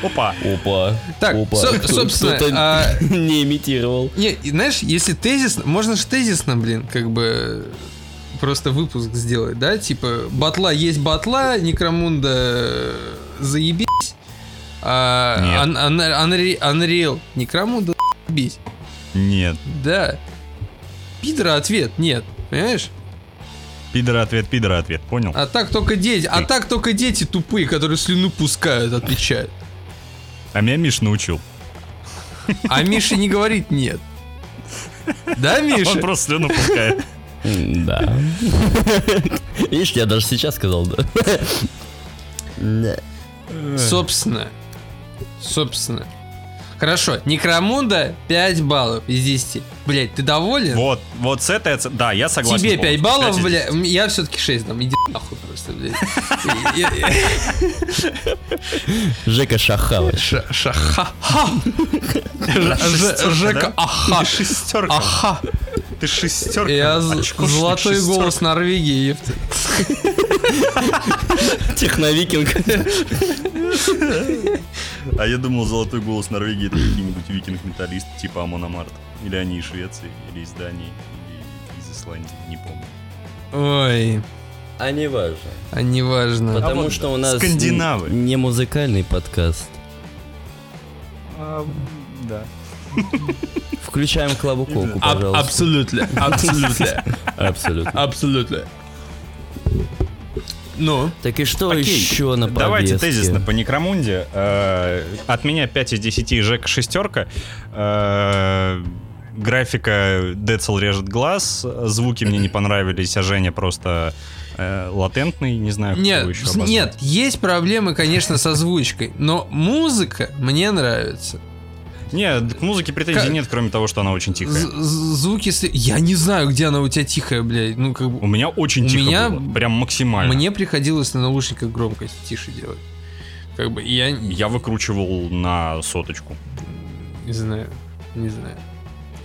Speaker 1: Опа!
Speaker 4: Опа.
Speaker 3: А, Так,
Speaker 4: Опа.
Speaker 3: со-
Speaker 4: Кто-
Speaker 3: собственно,
Speaker 4: кто-то
Speaker 3: а,
Speaker 4: не имитировал.
Speaker 3: не, и знаешь, если тезисно, можно же тезисно, блин, как бы просто выпуск сделать, да? Типа, батла есть батла, Некромунда э, заебись, а
Speaker 1: Нет.
Speaker 3: Ан- Ан- Анри- Анриэл Некромунда заебись.
Speaker 1: Нет.
Speaker 3: Да. Пидора ответ нет, понимаешь?
Speaker 1: Пидора ответ, пидора ответ, понял?
Speaker 3: А так только дети, а так только дети тупые, которые слюну пускают, отвечают.
Speaker 1: А меня Миш научил.
Speaker 3: А Миша не говорит нет. Да, Миша?
Speaker 1: Он просто слюну пускает.
Speaker 4: М, Да. Видишь, я даже сейчас сказал, да. Да.
Speaker 1: Э.
Speaker 3: Собственно. Собственно. Хорошо, Некромунда 5 баллов из 10. Блять, ты доволен?
Speaker 1: Вот, вот с этой... оце- Да, я согласен.
Speaker 3: Тебе 5
Speaker 1: полностью.
Speaker 3: баллов,
Speaker 1: Пять из
Speaker 3: бля, м, я все-таки 6 дам, иди нахуй просто, блядь. Я- я-
Speaker 4: Жека Шахава.
Speaker 3: Ш- Шаха. Ха. Ж-
Speaker 1: Шестерка,
Speaker 3: Ж- Жека,
Speaker 1: да?
Speaker 3: аха.
Speaker 1: Ты шестерка.
Speaker 3: Аха.
Speaker 1: Ты шестерка.
Speaker 3: Я з-
Speaker 1: очкошник
Speaker 3: золотой
Speaker 1: шестерка.
Speaker 3: голос Норвегии, ефт.
Speaker 4: Техновикинг.
Speaker 1: А я думал, золотой голос Норвегии это какие-нибудь викинг-металлист типа Амона Март. Или они из Швеции, или из Дании, или из Исландии, не помню.
Speaker 3: Ой,
Speaker 4: А не важно.
Speaker 3: а неважно.
Speaker 4: Потому
Speaker 1: вот
Speaker 4: что у нас
Speaker 1: скандинавы.
Speaker 4: н- не музыкальный подкаст.
Speaker 1: да.
Speaker 4: Включаем клаву колку, пожалуйста.
Speaker 3: Абсолютно, абсолютно,
Speaker 4: Абсолютно.
Speaker 3: абсолютно. Ну,
Speaker 4: Так и что
Speaker 1: Окей.
Speaker 4: еще на
Speaker 1: Давайте
Speaker 4: повестке?
Speaker 1: тезисно по Некромунде. Э, От меня 5 из 10, Жека шестерка. Э, Графика Децл режет глаз, звуки мне не понравились, а Женя просто э, латентный, не знаю, как
Speaker 3: нет,
Speaker 1: его еще
Speaker 3: с-
Speaker 1: обозвать.
Speaker 3: нет, есть проблемы, конечно, с озвучкой, но музыка мне нравится.
Speaker 1: Нет, к музыке претензий
Speaker 3: Как-
Speaker 1: нет, кроме того, что она очень
Speaker 3: З-
Speaker 1: тихая.
Speaker 3: з- Звуки, сли- я не знаю, где она у тебя тихая, блядь, ну как
Speaker 1: У
Speaker 3: бы.
Speaker 1: меня очень
Speaker 3: У
Speaker 1: тихо
Speaker 3: меня-
Speaker 1: было, прям максимально.
Speaker 3: Мне приходилось на наушниках громкость тише делать. Как бы я не
Speaker 1: Я выкручивал на соточку.
Speaker 3: не знаю, не знаю.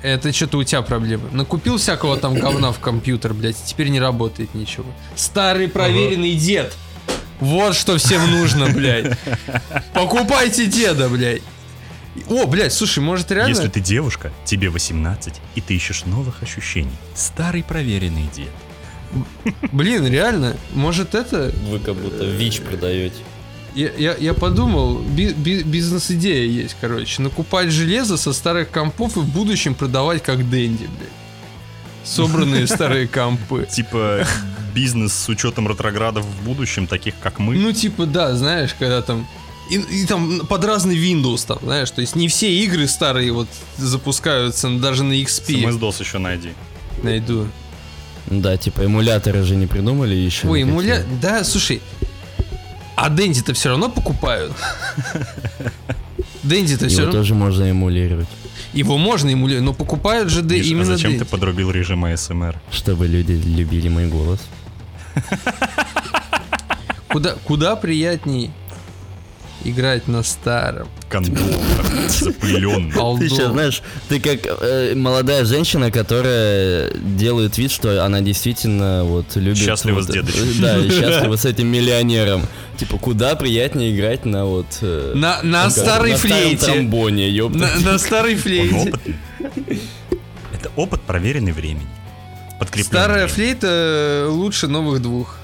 Speaker 3: Это что-то у тебя проблемы. Накупил всякого там говна в компьютер, блядь, и теперь не работает ничего. Старый проверенный дед. Вот что всем нужно, блядь. Покупайте деда, блядь. О, блядь, слушай, может реально...
Speaker 1: Если ты девушка, тебе 18, и ты ищешь новых ощущений. Старый проверенный дед.
Speaker 3: Блин, реально, может это...
Speaker 4: Вы как будто ВИЧ продаете.
Speaker 3: Я, я- я подумал, би- би- бизнес-идея есть, короче. Накупать железо со старых компов и в будущем продавать как денди, блядь. Собранные старые компы.
Speaker 1: Типа бизнес с учетом ретроградов в будущем, таких как мы.
Speaker 3: Ну, типа, да, знаешь, когда там... И, и там под разный Windows там, знаешь, то есть не все игры старые вот запускаются ну, даже на XP.
Speaker 1: смс еще найди.
Speaker 3: Найду.
Speaker 4: Да, типа эмуляторы же не придумали еще.
Speaker 3: Ой,
Speaker 4: никакие.
Speaker 3: эмуля... Да, слушай. А Дэнди-то все равно покупают. Дэнди-то все
Speaker 4: Его
Speaker 3: равно...
Speaker 4: тоже можно эмулировать,
Speaker 3: Его можно эмулировать, но покупают же Дэ-
Speaker 1: Миш, а
Speaker 3: именно
Speaker 1: зачем ты
Speaker 3: Дэнди.
Speaker 1: подрубил режим АСМР?
Speaker 4: чтобы люди любили мой голос.
Speaker 3: Куда, куда приятней играть на старом.
Speaker 1: Кондом запыленный.
Speaker 3: Алдо.
Speaker 4: Ты сейчас, знаешь, ты как э, молодая женщина, которая делает вид, что она действительно вот любит...
Speaker 1: Счастлива
Speaker 4: вот
Speaker 1: с
Speaker 4: это-
Speaker 1: дедочкой.
Speaker 4: Да, и счастлива с этим миллионером. Типа, куда приятнее играть на вот... э,
Speaker 3: На, на
Speaker 4: как-
Speaker 3: старой
Speaker 4: на старом
Speaker 3: флейте.
Speaker 4: тромбоне, ёпта.
Speaker 3: На, на старой
Speaker 1: Он
Speaker 3: флейте.
Speaker 1: опытный. Это опыт, проверенный временем. Подкреплен
Speaker 3: Старая
Speaker 1: временем.
Speaker 3: флейта э, лучше новых двух.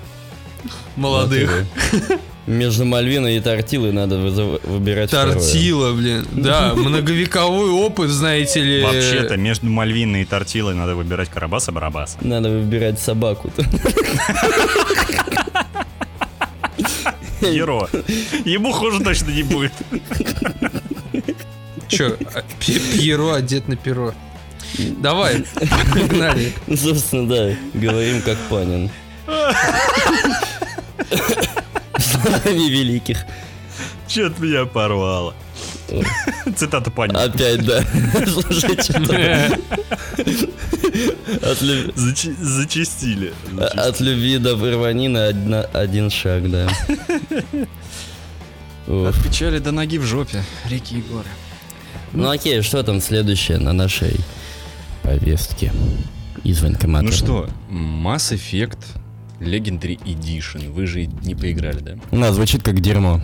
Speaker 3: Молодых.
Speaker 4: Между Мальвиной и Тортилой надо вызыв- выбирать второе.
Speaker 3: Тортила, блин. Да, многовековой опыт, знаете ли.
Speaker 1: Вообще-то между Мальвиной и Тортилой надо выбирать Карабаса-Барабаса.
Speaker 4: Надо выбирать собаку.
Speaker 1: Еро. Ему хуже точно не будет.
Speaker 3: Че, Пьеро одет на перо. Давай, погнали.
Speaker 4: Собственно, да, говорим как Панин. Словами великих.
Speaker 1: Чё-то меня порвало. Цитата Панина.
Speaker 4: Опять, да. Слушай, что-то от, лю-
Speaker 3: А,
Speaker 1: Зачи- Зачистили. Зачистили.
Speaker 4: от любви до рванина одна- один шаг, да. Уф.
Speaker 1: От печали до ноги в жопе. Реки и горы.
Speaker 4: Ну окей, что там следующее на нашей повестке из военкомата?
Speaker 1: Ну что, Mass Effect Legendary Edition. Вы же не поиграли, да?
Speaker 4: Да, звучит как дерьмо.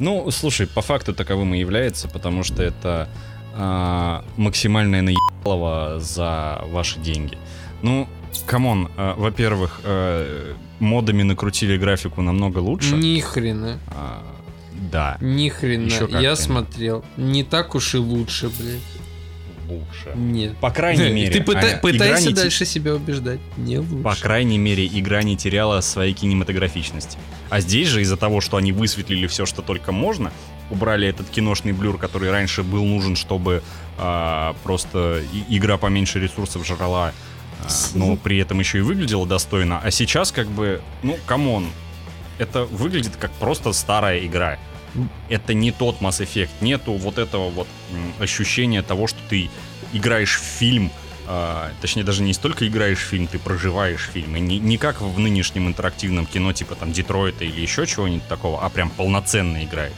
Speaker 1: Ну, слушай, по факту таковым и является, потому что это а, максимальное наебалово за ваши деньги. Ну, камон, а, во-первых, э, модами накрутили графику намного лучше.
Speaker 3: Ни хрена,
Speaker 1: А, да,
Speaker 3: ни хрена.
Speaker 1: Ещё как
Speaker 3: Я
Speaker 1: хрена.
Speaker 3: смотрел. Не так уж и лучше, блин.
Speaker 1: лучше.
Speaker 3: Нет.
Speaker 1: По крайней мере,
Speaker 3: Ты пыта-
Speaker 1: а, игра
Speaker 3: пытайся
Speaker 1: не те-
Speaker 3: дальше себя убеждать. Не
Speaker 1: По
Speaker 3: лучше.
Speaker 1: крайней мере, игра не теряла своей кинематографичности. А здесь же из-за того, что они высветлили все, что только можно, убрали этот киношный блюр, который раньше был нужен, чтобы а, просто и- игра поменьше ресурсов жрала, а, но при этом еще и выглядела достойно. А сейчас как бы, ну, камон, это выглядит как просто старая игра. Это не тот Mass Effect. Нету вот этого вот м, ощущения того, что ты играешь в фильм, а, точнее даже не столько играешь в фильм, ты проживаешь фильм, и не, не как в нынешнем интерактивном кино, типа там Детройта или еще чего-нибудь такого, а прям полноценно играешь.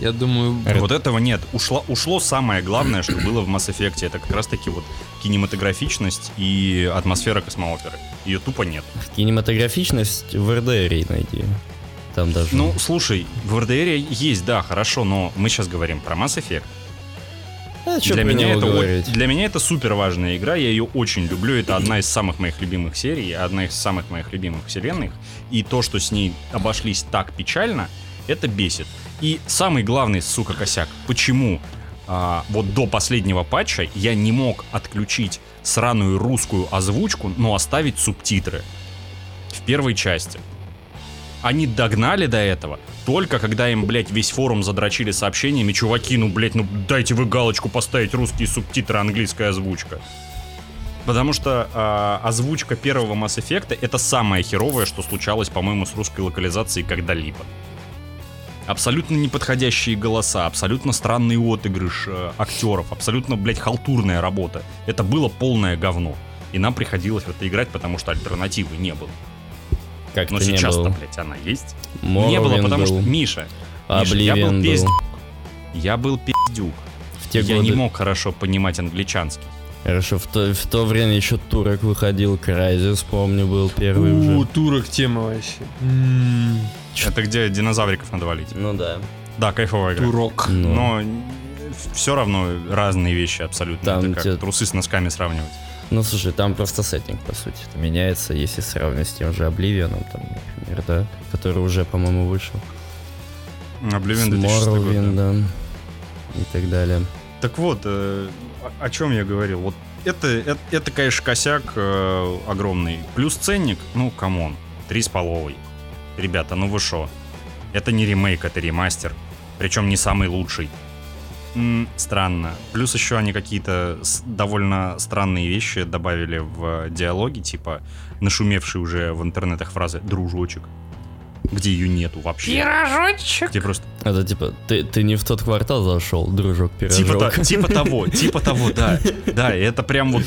Speaker 3: Я думаю,
Speaker 1: Вот этого нет. Ушло, ушло самое главное, что было в Mass Effect, это как раз-таки вот кинематографичность и атмосфера космооперы. Ее тупо нет.
Speaker 4: Кинематографичность в РДРе найди. Там даже...
Speaker 1: Ну, слушай, в РДР есть, да, хорошо, но мы сейчас говорим про Mass Effect.
Speaker 4: а чё
Speaker 1: для,
Speaker 4: про
Speaker 1: меня
Speaker 4: него
Speaker 1: это, о-
Speaker 4: говорить?
Speaker 1: для меня это супер важная игра, я ее очень люблю. Это одна из самых моих любимых серий, одна из самых моих любимых вселенных. И то, что с ней обошлись так печально, это бесит. И самый главный, сука, косяк. Почему а, вот до последнего патча я не мог отключить сраную русскую озвучку, но оставить субтитры в первой части? Они догнали до этого, только когда им, блядь, весь форум задрочили сообщениями, чуваки, ну, блядь, ну дайте вы галочку поставить русские субтитры, английская озвучка. Потому что а, озвучка первого Mass Effect это самое херовое, что случалось, по-моему, с русской локализацией когда-либо. Абсолютно неподходящие голоса, абсолютно странный отыгрыш э, актеров, абсолютно, блядь, халтурная работа. Это было полное говно. И нам приходилось в это играть, потому что альтернативы не было.
Speaker 4: Как
Speaker 1: Но
Speaker 4: ты не
Speaker 1: сейчас-то,
Speaker 4: был.
Speaker 1: блядь, она есть. ну, Не
Speaker 4: Morrowind
Speaker 1: было, потому
Speaker 4: был.
Speaker 1: что, Миша, Миша, я
Speaker 4: Oblivion
Speaker 1: был
Speaker 4: был.
Speaker 1: пиздюк. Я был пиздюк.
Speaker 4: В те
Speaker 1: Я
Speaker 4: годы.
Speaker 1: не мог хорошо понимать англичанский.
Speaker 4: Хорошо, в то, в то время еще Турок выходил, Крайзис, помню, был первый
Speaker 3: у
Speaker 4: уже.
Speaker 3: турок тема вообще.
Speaker 1: М-м-м.
Speaker 3: М,
Speaker 1: Это где динозавриков надо валить.
Speaker 4: Ну да.
Speaker 1: Да, кайфовая игра.
Speaker 3: Турок.
Speaker 4: Ну.
Speaker 1: Но все равно разные вещи абсолютно.
Speaker 4: Там
Speaker 1: Это как
Speaker 4: те-
Speaker 1: трусы с носками сравнивать.
Speaker 4: Ну слушай, там просто сеттинг, по сути, это меняется, если сравнивать с тем же Обливионом, там, например, да, который уже, по-моему, вышел.
Speaker 1: Oblivion
Speaker 4: С
Speaker 1: 2006 год, да.
Speaker 4: Morrowind'ом и так далее.
Speaker 1: Так вот, э, о, чем я говорил? Вот это, это, это, конечно, косяк э, огромный. Плюс ценник, ну, камон, три с половой. Ребята, ну вы шо? Это не ремейк, это ремастер. Причем не самый лучший. М, странно. Плюс еще они какие-то с- довольно странные вещи добавили в э, диалоги, типа нашумевшие уже в интернетах фразы «дружочек», где ее нету вообще.
Speaker 2: Пирожочек.
Speaker 1: Где просто
Speaker 4: Это типа, ты, ты не в тот квартал зашел, дружок пирожок.
Speaker 1: Типа, та- типа того, типа того, да. Да, и это прям вот...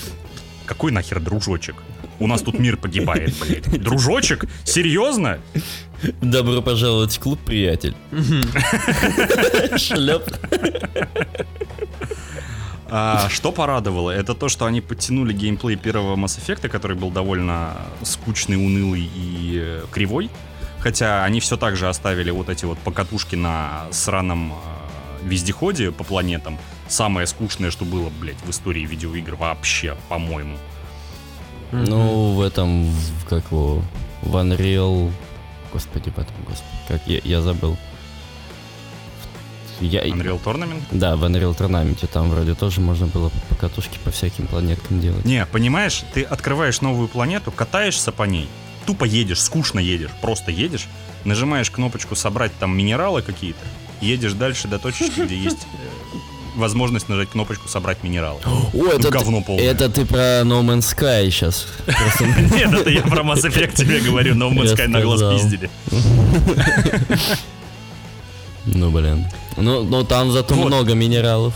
Speaker 1: Какой нахер дружочек? У нас тут мир погибает, блядь. Дружочек? Серьезно?
Speaker 4: Добро пожаловать в клуб, приятель. Шлеп.
Speaker 1: А, что порадовало, это то, что они подтянули геймплей первого Mass Effect, который был довольно скучный, унылый и э, кривой. Хотя они все так же оставили вот эти вот покатушки на сраном э, вездеходе по планетам. Самое скучное, что было, блядь, в истории видеоигр вообще, по-моему.
Speaker 4: Ну, в этом, в- как его, в Unreal... Господи, потом, господи, как я, я забыл. Я,
Speaker 1: Unreal Tournament?
Speaker 4: Да, в Unreal Tournament там вроде тоже можно было покатушки по всяким планеткам делать.
Speaker 1: Не, понимаешь, ты открываешь новую планету, катаешься по ней, тупо едешь, скучно едешь, просто едешь, нажимаешь кнопочку «Собрать там минералы какие-то», едешь дальше до точечки, где есть э, возможность нажать кнопочку «Собрать минерал».
Speaker 4: О, Ну, это,
Speaker 1: Ну, говно
Speaker 4: ты-
Speaker 1: полное.
Speaker 4: это ты про No Man's Sky сейчас.
Speaker 1: Нет, это я про Mass Effect тебе говорю, но мы
Speaker 4: Я
Speaker 1: Sky на глаз
Speaker 4: сказал.
Speaker 1: пиздили.
Speaker 4: Ну, блин. Ну, но там зато
Speaker 1: Вот.
Speaker 4: много минералов.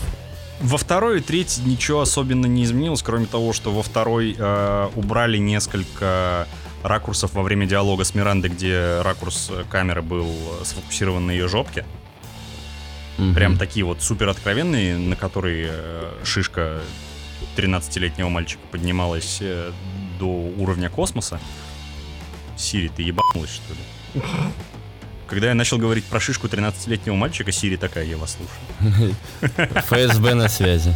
Speaker 1: Во второй и третьей ничего особенно не изменилось, кроме того, что во второй э, убрали несколько ракурсов во время диалога с Мирандой, где ракурс э, камеры был э, сфокусирован на ее жопке.
Speaker 4: Мгм.
Speaker 1: Прям такие вот супер откровенные, на которые э, шишка 13-летнего мальчика поднималась э, до уровня космоса. Сири, ты ебанулась, что ли? Когда я начал говорить про шишку 13-летнего мальчика, Сири такая, я вас слушаю.
Speaker 4: ФСБ на связи.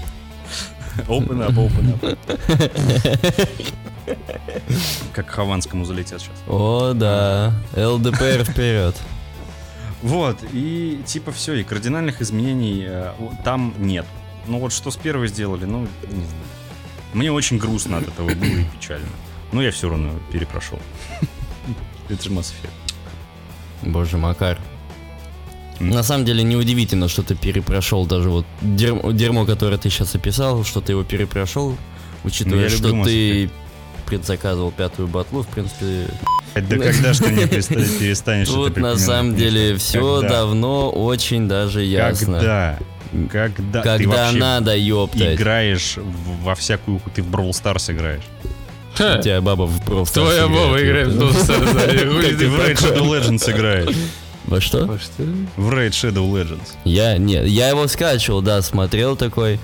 Speaker 1: Open up, open up. Как к Хованскому залетят сейчас.
Speaker 4: О, да. ЛДПР вперед.
Speaker 1: Вот, и типа все, и кардинальных изменений э, вот там нет. Ну вот что с первой сделали, ну, не знаю. Мне очень грустно от этого было и печально. Но я все равно перепрошел. Это же Mass Effect.
Speaker 4: Боже, Макар.
Speaker 1: М.
Speaker 4: На самом деле неудивительно, что ты перепрошел даже вот дерьмо, дерьмо, которое ты сейчас описал, что ты его перепрошел,
Speaker 1: Ну,
Speaker 4: учитывая,
Speaker 1: я люблю
Speaker 4: что
Speaker 1: Mass
Speaker 4: ты предзаказывал пятую батлу, в принципе.
Speaker 1: Да когда ж ты мне переста- перестанешь это
Speaker 4: Тут на
Speaker 1: припоминать,
Speaker 4: самом
Speaker 1: Миша?
Speaker 4: деле все
Speaker 1: Когда?
Speaker 4: давно очень даже ясно.
Speaker 1: Когда? Когда?
Speaker 4: Когда,
Speaker 1: ты вообще
Speaker 4: надо, ёптать.
Speaker 1: играешь в- во всякую... Ты в Brawl Stars играешь.
Speaker 3: Ха,
Speaker 4: У тебя баба в Brawl Stars
Speaker 3: Твоя мама играет в Дом
Speaker 1: Ты в Raid Shadow Legends играешь.
Speaker 4: Во что?
Speaker 1: В Raid Shadow Legends.
Speaker 4: Я, нет, я его скачивал, да, смотрел такой.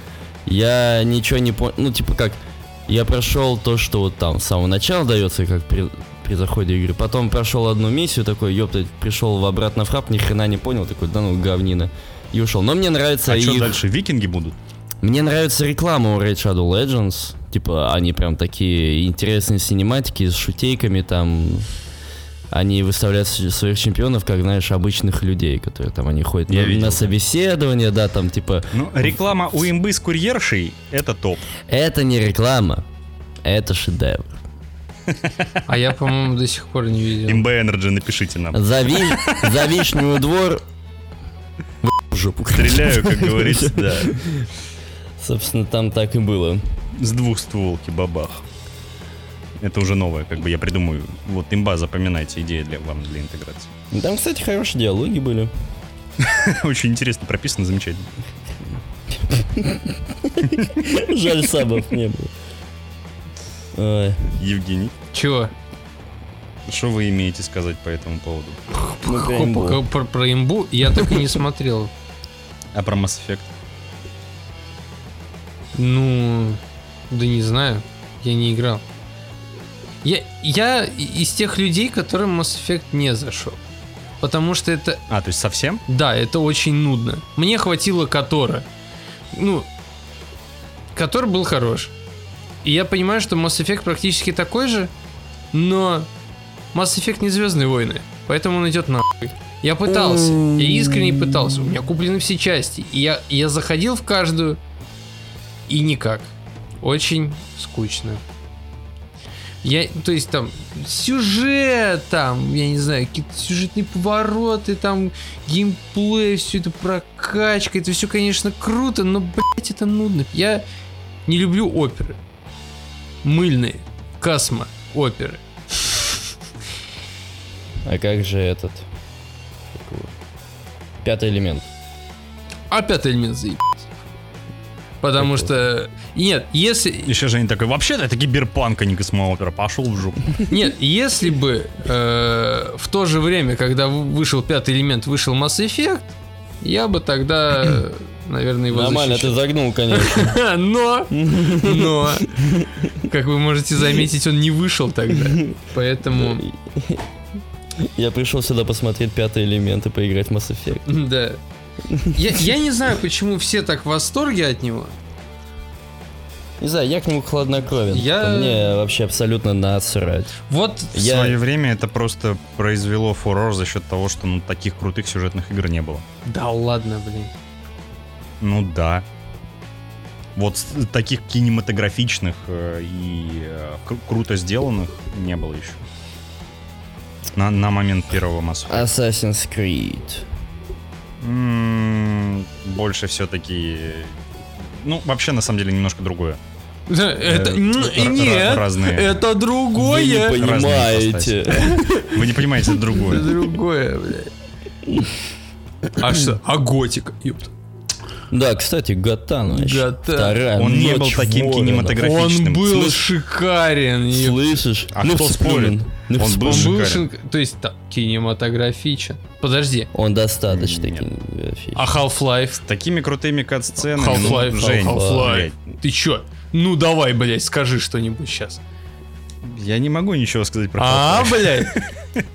Speaker 4: Я ничего не понял, ну, типа как, я прошел то, что вот там с самого начала дается, как при, при заходе игры. Потом прошел одну миссию, такой, ёпта, пришел в обратно в храп, ни хрена не понял, такой, да ну, говнина. И ушел. Но мне нравится
Speaker 1: А что
Speaker 4: их-
Speaker 1: дальше? Викинги будут?
Speaker 4: Мне нравится реклама у Raid Shadow Legends. Типа, они прям такие интересные синематики с шутейками там. Они выставляют с- своих чемпионов, как, знаешь, обычных людей, которые там, они ходят
Speaker 1: Я
Speaker 4: на,
Speaker 1: видел,
Speaker 4: на
Speaker 1: да.
Speaker 4: собеседование, да, там, типа,
Speaker 1: Ну, реклама у имбы с курьершей — это топ.
Speaker 4: это не реклама, это шедевр.
Speaker 3: А я, по-моему, до сих пор не видел.
Speaker 1: Имба Энерджи, напишите нам.
Speaker 4: За, ви- за вишневый двор... в жопу.
Speaker 1: Стреляю, как говорится, да.
Speaker 4: Собственно, там так и было.
Speaker 1: С двух стволки бабах. Это уже новое, как бы я придумаю. Вот имба, запоминайте, идея для вам для интеграции.
Speaker 4: Там, кстати, хорошие диалоги были.
Speaker 1: Очень интересно прописано, замечательно.
Speaker 4: Жаль, сабов не было. Ой.
Speaker 1: Евгений,
Speaker 3: Чего?
Speaker 1: что вы имеете сказать по этому поводу?
Speaker 4: Ну,
Speaker 3: Хо-
Speaker 4: прям
Speaker 3: про-
Speaker 4: был.
Speaker 3: Про про имбу я так и не смотрел.
Speaker 1: А про Mass Effect?
Speaker 3: Ну, да не знаю. Я не играл. Я, я и- из тех людей, которым Mass Effect не зашел. Потому что это,
Speaker 1: А, то есть совсем?
Speaker 3: да, это очень нудно. Мне хватило Котора. Ну, Котор был хорош. И я понимаю, что Mass Effect практически такой же, но Mass Effect не Звездные войны, поэтому он идет нахуй. Я пытался, я искренне пытался, у меня куплены все части, и я, я заходил в каждую, и никак. Очень скучно. Я, то есть там сюжет, там, я не знаю, какие-то сюжетные повороты, там, геймплей, все это прокачка, это все, конечно, круто, но, блять, это нудно. Я не люблю оперы. Мыльные, касма, оперы.
Speaker 4: А как же этот? как его? Пятый элемент.
Speaker 3: А пятый элемент заебись. Потому что... Нет, если...
Speaker 1: Еще Женя такой, вообще-то это гиберпанк, а не космоопера. Пошел в жопу.
Speaker 3: Нет, если бы э, в то же время, когда вы- вышел пятый элемент, вышел Mass Effect, я бы тогда, э, наверное, его
Speaker 4: Нормально, ты
Speaker 3: защищал.
Speaker 4: загнул, конечно.
Speaker 3: Но, но, как вы можете заметить, он не вышел тогда. Поэтому,
Speaker 4: Я пришел сюда посмотреть пятый элемент и поиграть в Mass Effect.
Speaker 3: да. Я, я не знаю, почему все так в восторге от него.
Speaker 4: Не знаю, я к нему хладнокровен.
Speaker 3: Я-
Speaker 4: Мне вообще абсолютно насрать.
Speaker 3: Вот
Speaker 1: В
Speaker 4: Я-
Speaker 1: свое время это просто произвело фурор за счет того, что ну, таких крутых сюжетных игр не было.
Speaker 3: Да ладно, блин.
Speaker 1: Ну да. Вот с- таких кинематографичных э, и э, кру- круто сделанных не было еще. На, на момент первого масса.
Speaker 4: Assassin's Creed.
Speaker 1: Больше все-таки М-м, ну, вообще, на самом деле, немножко другое.
Speaker 3: Да, Это...
Speaker 1: Э,
Speaker 3: м,
Speaker 1: р- р-
Speaker 3: Нет,
Speaker 1: разные.
Speaker 3: это
Speaker 4: Вы не
Speaker 3: другое.
Speaker 4: понимаете.
Speaker 1: Вы не понимаете, это
Speaker 3: Это
Speaker 1: другое.
Speaker 3: другое, блядь. А что? А готика, ёпта.
Speaker 4: Да, кстати, Гатан вообще.
Speaker 3: Гатан.
Speaker 4: Вторая
Speaker 1: Он не
Speaker 4: ночь
Speaker 1: был таким
Speaker 4: ворона.
Speaker 1: кинематографичным.
Speaker 3: ну Он был
Speaker 4: Слышь-
Speaker 3: шикарен. ёпта.
Speaker 4: Слышишь?
Speaker 1: А кто
Speaker 4: вспомнил.
Speaker 1: спорит?
Speaker 4: Ну,
Speaker 1: Он был
Speaker 4: вспомнил.
Speaker 1: шик-
Speaker 3: Он был
Speaker 1: шикарен.
Speaker 3: шик- То есть, так, кинематографичен. Подожди.
Speaker 4: Он достаточно
Speaker 1: Нет.
Speaker 4: кинематографичен.
Speaker 3: А Half-Life?
Speaker 1: Такими крутыми кат-сценами.
Speaker 3: Half-Life,
Speaker 1: ну, Жень,
Speaker 3: Half-Life.
Speaker 1: блядь,
Speaker 3: Ты чё? Ну давай, блядь, скажи что-нибудь сейчас.
Speaker 1: Я не могу ничего сказать про
Speaker 3: А,
Speaker 1: Half-Life.
Speaker 3: блядь.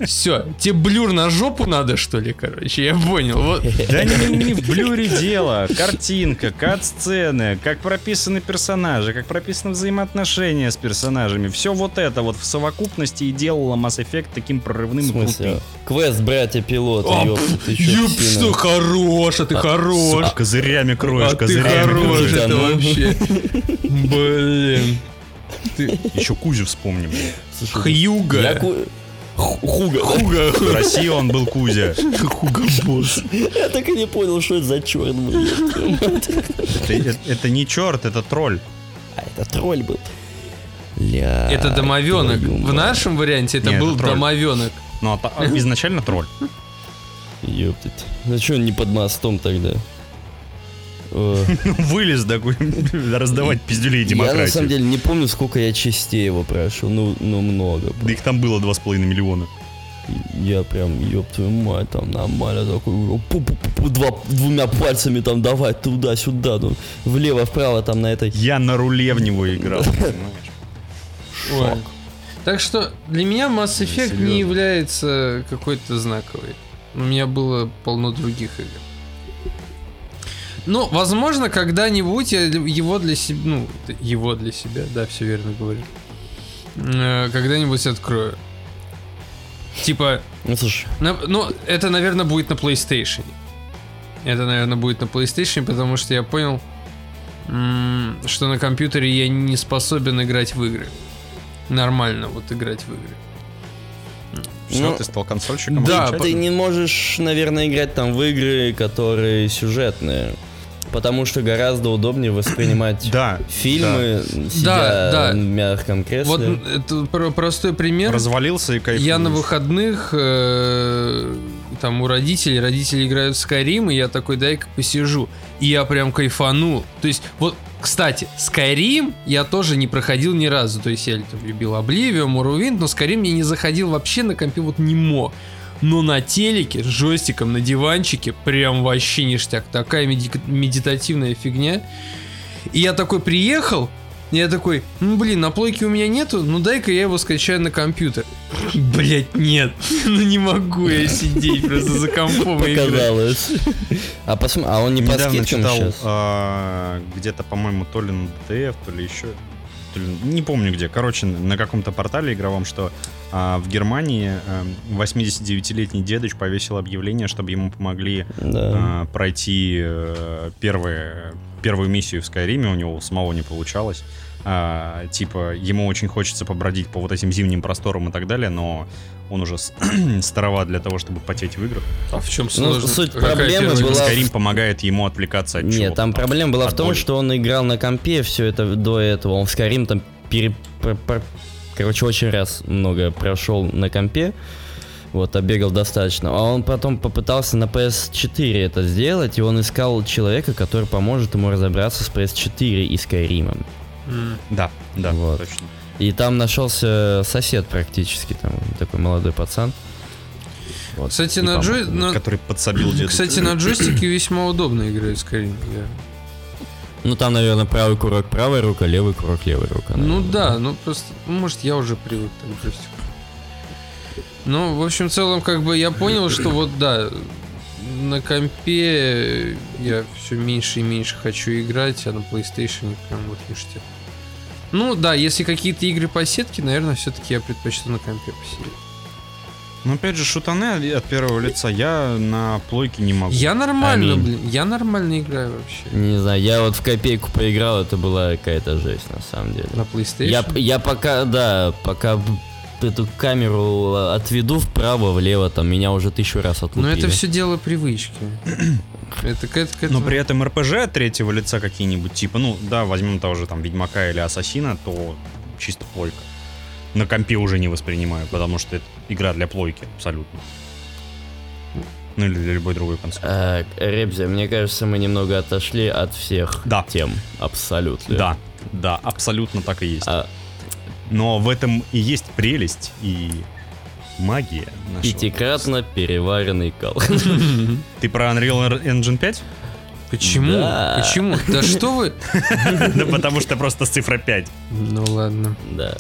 Speaker 3: Все, тебе блюр на жопу надо, что ли, короче? Я понял. Вот.
Speaker 1: Да не, не в блюре дело. Картинка, кат-сцены, как прописаны персонажи, как прописаны взаимоотношения с персонажами. Все вот это вот в совокупности и делало Mass Effect таким
Speaker 4: В
Speaker 1: прорывным и
Speaker 4: смысле?
Speaker 1: крутым.
Speaker 4: Квест братья пилоты.
Speaker 3: А,
Speaker 4: ёпта,
Speaker 3: пф,
Speaker 4: ты чё,
Speaker 3: Ёп,
Speaker 4: псина?
Speaker 3: что хорош, а ты хорош.
Speaker 1: Сука, козырями кроешь,
Speaker 3: А ты
Speaker 1: козырями
Speaker 3: хорош,
Speaker 1: кроешь.
Speaker 4: Да
Speaker 3: это
Speaker 4: ну.
Speaker 3: вообще. Блин. Ты
Speaker 1: Еще Кузю вспомним.
Speaker 4: Слушай, я
Speaker 3: Хьюга.
Speaker 4: ку- Ху- Хуга.
Speaker 3: Хуга.
Speaker 1: В России он был Кузя.
Speaker 3: Хуга босс.
Speaker 4: Я так и не понял, что это за черт был.
Speaker 1: Это, это- это не черт, это тролль.
Speaker 4: А это тролль был. Ля.
Speaker 3: Это домовенок.
Speaker 4: а, твою
Speaker 3: В
Speaker 4: мать.
Speaker 3: нашем варианте это
Speaker 1: Не, это
Speaker 3: был
Speaker 1: тролль.
Speaker 3: домовенок.
Speaker 1: Ну, а та- а изначально тролль.
Speaker 4: Ёптать. Зачем он не под мостом тогда? Э,
Speaker 1: Ну, Вылез такой, раздавать пиздюлей
Speaker 4: Я на самом
Speaker 1: демократии.
Speaker 4: деле не помню, сколько я частей его прошел. Ну, ну много.
Speaker 1: Да их там было 2,5 миллиона.
Speaker 4: Я прям, ёб твою мать, там нормально такой, о, пу-пу-пу-пу, два, двумя пальцами там давай туда-сюда, ну, влево-вправо там на этой...
Speaker 1: Я на руле в него играл, понимаешь?
Speaker 3: Ой. Так что для меня Mass Effect
Speaker 1: серьезно.
Speaker 3: не является какой-то знаковой. У меня было полно других игр. Ну, возможно, когда-нибудь я его для себя, ну, его для себя, да, все верно говорю. Э, Когда-нибудь открою. Типа,
Speaker 4: Ну, слушай,
Speaker 3: на- ну, это, наверное, будет на PlayStation. Это, наверное, будет на PlayStation, потому что я понял, м, что на компьютере я не способен играть в игры. Нормально вот играть в игры.
Speaker 1: Все,
Speaker 4: Ну,
Speaker 1: ты стал консольщиком?
Speaker 3: да,
Speaker 1: окончательно?
Speaker 3: по-
Speaker 4: ты не можешь, наверное, играть там в игры, которые сюжетные, потому что гораздо удобнее воспринимать
Speaker 1: Да.
Speaker 4: фильмы
Speaker 3: Да,
Speaker 4: сидя
Speaker 3: да.
Speaker 4: в мягком кресле.
Speaker 3: Вот м, это про- простой
Speaker 1: да.
Speaker 3: пример.
Speaker 1: Развалился и кайфуешь.
Speaker 3: Я на выходных э, там у родителей, родители играют в Skyrim, и я такой, дай-ка посижу. И я прям кайфанул. То есть, вот, кстати, Skyrim я тоже не проходил ни разу. То есть я там, любил Oblivion, Morrowind, но Skyrim я не заходил вообще на компе, вот не мог. Но на телеке, с джойстиком, на диванчике, прям вообще ништяк. Такая меди- медитативная фигня. И я такой приехал, и я такой, ну блин, на плойке у меня нету, ну дай-ка я его скачаю на компьютер. Блять, нет, ну не могу я сидеть просто за компом и играть.
Speaker 4: Показалось. А, посм- а он не по
Speaker 1: Недавно
Speaker 4: скидкам
Speaker 1: читал
Speaker 4: сейчас?
Speaker 1: а, где-то, по-моему, то ли на ДТФ, то ли еще... то ли- Не помню где. Короче, на на каком-то портале игровом, что а, в Германии а, 89-летний дедыч повесил объявление, чтобы ему помогли
Speaker 4: Да.
Speaker 1: а, пройти э, первые, первую миссию в Скайриме, у него у самого не получалось. А, типа, ему очень хочется побродить по вот этим зимним просторам и так далее, но он уже с- староват для того, чтобы потеть в играх.
Speaker 3: А в чем
Speaker 4: Ну,
Speaker 3: сложность?
Speaker 4: суть
Speaker 3: Какая
Speaker 4: проблемы
Speaker 3: первая
Speaker 4: была-
Speaker 3: игра?
Speaker 1: Скайрим помогает ему отвлекаться от чего-то
Speaker 4: Нет, там проблема была в
Speaker 1: от
Speaker 4: том,
Speaker 1: боли.
Speaker 4: что он играл на компе все это до этого. Он в Skyrim там пере... пр- пр- Короче, очень раз много прошел на компе. Вот, обегал достаточно. А он потом попытался на PS4 это сделать, и он искал человека, который поможет ему разобраться с PS4 и Skyrim.
Speaker 3: М.
Speaker 1: Да, да,
Speaker 4: Вот.
Speaker 1: точно.
Speaker 4: И там нашелся сосед практически, там такой молодой пацан. Вот,
Speaker 3: Кстати,
Speaker 4: и
Speaker 3: на
Speaker 4: пом-
Speaker 3: джой... на-
Speaker 1: Который подсобил деду.
Speaker 3: Ну, Кстати, на джойстике весьма удобно играть в Skyrim. я-
Speaker 4: Ну там, наверное, правый курок правая рука, левый курок левая рука.
Speaker 3: Ну
Speaker 4: наверное.
Speaker 3: да, ну просто, ну, может, я уже привык так к джойстику. Ну, в общем, в целом, как бы я понял, что вот да, на компе я все меньше и меньше хочу играть, а на PlayStation прям вот ништяк. Ну да, если какие-то игры по сетке, наверное, все-таки я предпочту на компе посидеть.
Speaker 1: Но Ну, опять же, шутаны от первого лица я на плойке не могу.
Speaker 3: Я нормально,
Speaker 4: А Аминь.
Speaker 3: блин, я нормально играю вообще.
Speaker 4: Не знаю, я вот в копейку поиграл, это была какая-то жесть, на самом деле.
Speaker 3: На PlayStation.
Speaker 4: Я, я пока, да, пока б- эту камеру а,
Speaker 3: Ну,
Speaker 4: отведу вправо, влево, там меня уже тысячу раз отлупили.
Speaker 3: Но это все дело привычки. Это к,
Speaker 4: Ну,
Speaker 3: это- к
Speaker 1: Но
Speaker 3: этому-
Speaker 1: при этом РПЖ от третьего лица какие-нибудь, типа, ну да, возьмем того же там Ведьмака или Ассасина, то чисто плойка. На компе уже не воспринимаю, потому что это игра для плойки абсолютно. Ну или для любой другой консоли.
Speaker 4: Э, Ребзя, мне кажется, мы немного отошли от всех
Speaker 1: Да.
Speaker 4: тем. Абсолютно.
Speaker 1: Да, да, абсолютно так и есть.
Speaker 4: А,
Speaker 1: Но в этом и есть прелесть и магия нашего.
Speaker 4: пятикратно переваренный кал.
Speaker 1: Ты про Unreal Engine 5?
Speaker 3: Почему?
Speaker 4: Да.
Speaker 3: Почему? Да что вы?
Speaker 1: Да потому что просто цифра 5.
Speaker 3: Ну ладно.
Speaker 4: Да.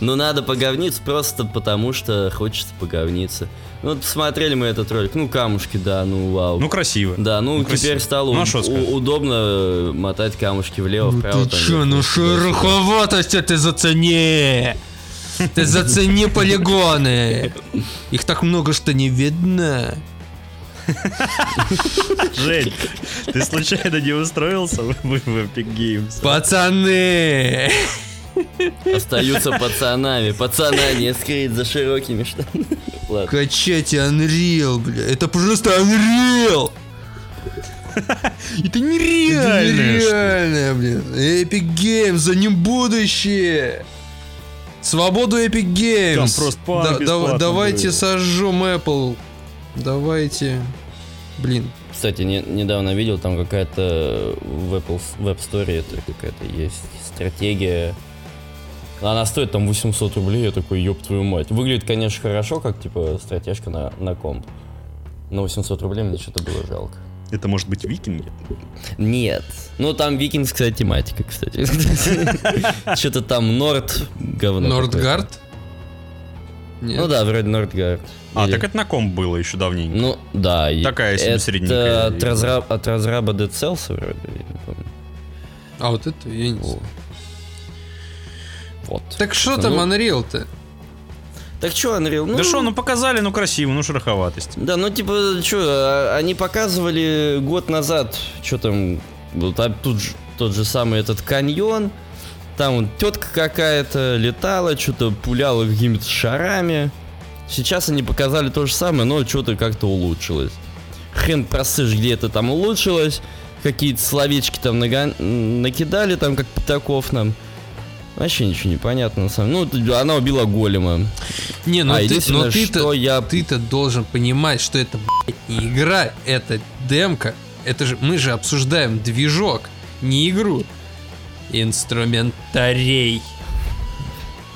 Speaker 4: Ну надо поговниться просто потому, что хочется поговниться. Ну, вот посмотрели мы этот ролик. Ну, камушки, да, ну вау.
Speaker 1: Ну красиво.
Speaker 4: да, ну,
Speaker 1: ну, красиво.
Speaker 4: теперь стало
Speaker 1: Ну, а
Speaker 4: у-
Speaker 1: шо сказать?
Speaker 4: у- удобно э, мотать камушки влево,
Speaker 3: Ну
Speaker 4: вправо.
Speaker 3: ты
Speaker 4: там,
Speaker 3: чё, ну
Speaker 4: вверх, вниз, туда-сюда.
Speaker 3: шероховатость это зацени! Ты зацени полигоны! Их так много, что не видно.
Speaker 1: Жень, ты случайно не устроился в в Epic Games?
Speaker 3: Пацаны!
Speaker 4: Остаются пацанами. Пацана не скрыть за широкими штанами. Ладно.
Speaker 3: Качайте Unreal, бля. Это просто Unreal!
Speaker 1: Это
Speaker 3: Это
Speaker 1: нереально! что ли?
Speaker 3: нереально, блин. Epic Games, за ним будущее! Свободу Epic Games!
Speaker 1: Там Frostpunk бесплатно
Speaker 3: давайте
Speaker 1: был.
Speaker 3: сожжем Apple. Давайте. Блин.
Speaker 4: Кстати, не- недавно видел, там какая-то в Apple с- в App Store это какая-то есть стратегия. Она стоит там 800 рублей, я такой, ёб твою мать. Выглядит, конечно, хорошо, как, типа, стратежка на, на комп. Но 800 рублей мне что-то было жалко.
Speaker 1: Это может быть викинги?
Speaker 4: Нет. Ну, там викингская тематика, кстати. Что-то там Норд говно. какое-то.
Speaker 3: Нордгард? Нет.
Speaker 4: Ну да, вроде Нордгард.
Speaker 1: А,
Speaker 4: Или-
Speaker 1: так это на ком было еще давненько.
Speaker 4: Ну, да. и
Speaker 1: Такая себе средненькая
Speaker 4: Это от разра- от разраба Dead Cells вроде, я не помню.
Speaker 3: А вот это я не
Speaker 4: О.
Speaker 3: знаю.
Speaker 4: Вот.
Speaker 3: Так что там
Speaker 4: Ну.
Speaker 3: Unreal-то?
Speaker 4: Так что, Unreal? Ну,
Speaker 1: Да что, ну показали, ну красиво, ну шероховатость.
Speaker 4: Да, ну типа, что, они показывали год назад, что там, вот а тут ж- тот же самый этот каньон, там вот тетка какая-то летала, что-то пуляла какими-то шарами. Сейчас они показали то же самое, но что-то как-то улучшилось. Хрен просышь, где это там улучшилось. Какие-то словечки там нагон- накидали, там как пятаков нам. Вообще ничего не понятно, на самом Ну, т- она убила голема.
Speaker 3: Не, ну
Speaker 4: а
Speaker 3: ты,
Speaker 4: единственное,
Speaker 3: но ты-то,
Speaker 4: что я...
Speaker 3: ты-то должен понимать, что это блядь, не игра, это демка. Это же мы же обсуждаем движок, не игру. Инструментарий.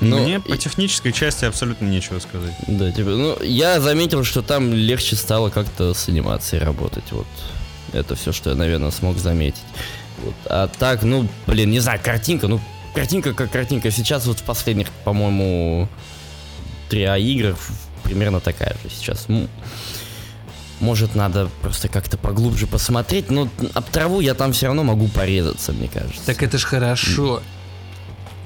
Speaker 4: Ну,
Speaker 1: Мне
Speaker 4: и-
Speaker 1: по технической части абсолютно нечего сказать.
Speaker 4: Да, типа, ну, я заметил, что там легче стало как-то с анимацией работать, вот. Это все, что я, наверное, смог заметить. Вот. А так, ну, блин, не знаю, картинка, ну, картинка как картинка. Сейчас вот в последних, по-моему, триа играх примерно такая же сейчас. М, Может, надо просто как-то поглубже посмотреть, но об траву я там все равно могу порезаться, мне кажется.
Speaker 3: Так это ж хорошо.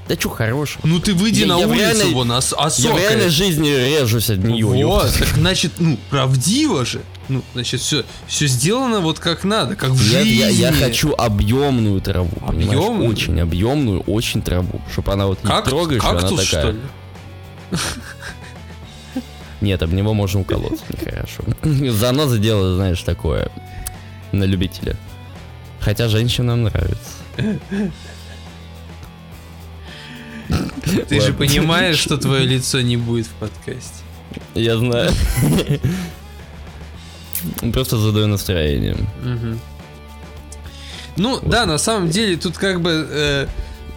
Speaker 4: да чё хорошего?
Speaker 3: Ну ты выйди
Speaker 4: Я-
Speaker 3: на
Speaker 4: я в
Speaker 3: улицу,
Speaker 4: реальной-
Speaker 3: вон, ос-
Speaker 4: Я в
Speaker 3: осокаешь.
Speaker 4: реальной жизни режусь от нее.
Speaker 3: Вот, так значит, ну, правдиво же. Ну, значит, все, все сделано вот как надо, как в
Speaker 4: Нет,
Speaker 3: жизни.
Speaker 4: я, я хочу объемную траву. понимаешь?
Speaker 3: Объёмную?
Speaker 4: Очень объемную, очень траву. Чтобы она вот
Speaker 3: как
Speaker 4: не трогаешь, и она
Speaker 3: кактус,
Speaker 4: такая.
Speaker 3: что ли?
Speaker 4: Нет, об него можно уколоться. Нехорошо. Заноза дело, знаешь, такое. На любителя. Хотя женщинам нравится.
Speaker 3: Ты же
Speaker 4: Ладно.
Speaker 3: понимаешь, что твое лицо не будет в подкасте.
Speaker 4: Я знаю. Просто задаю настроение.
Speaker 3: Мгм. Ну, да, на самом деле тут как бы э,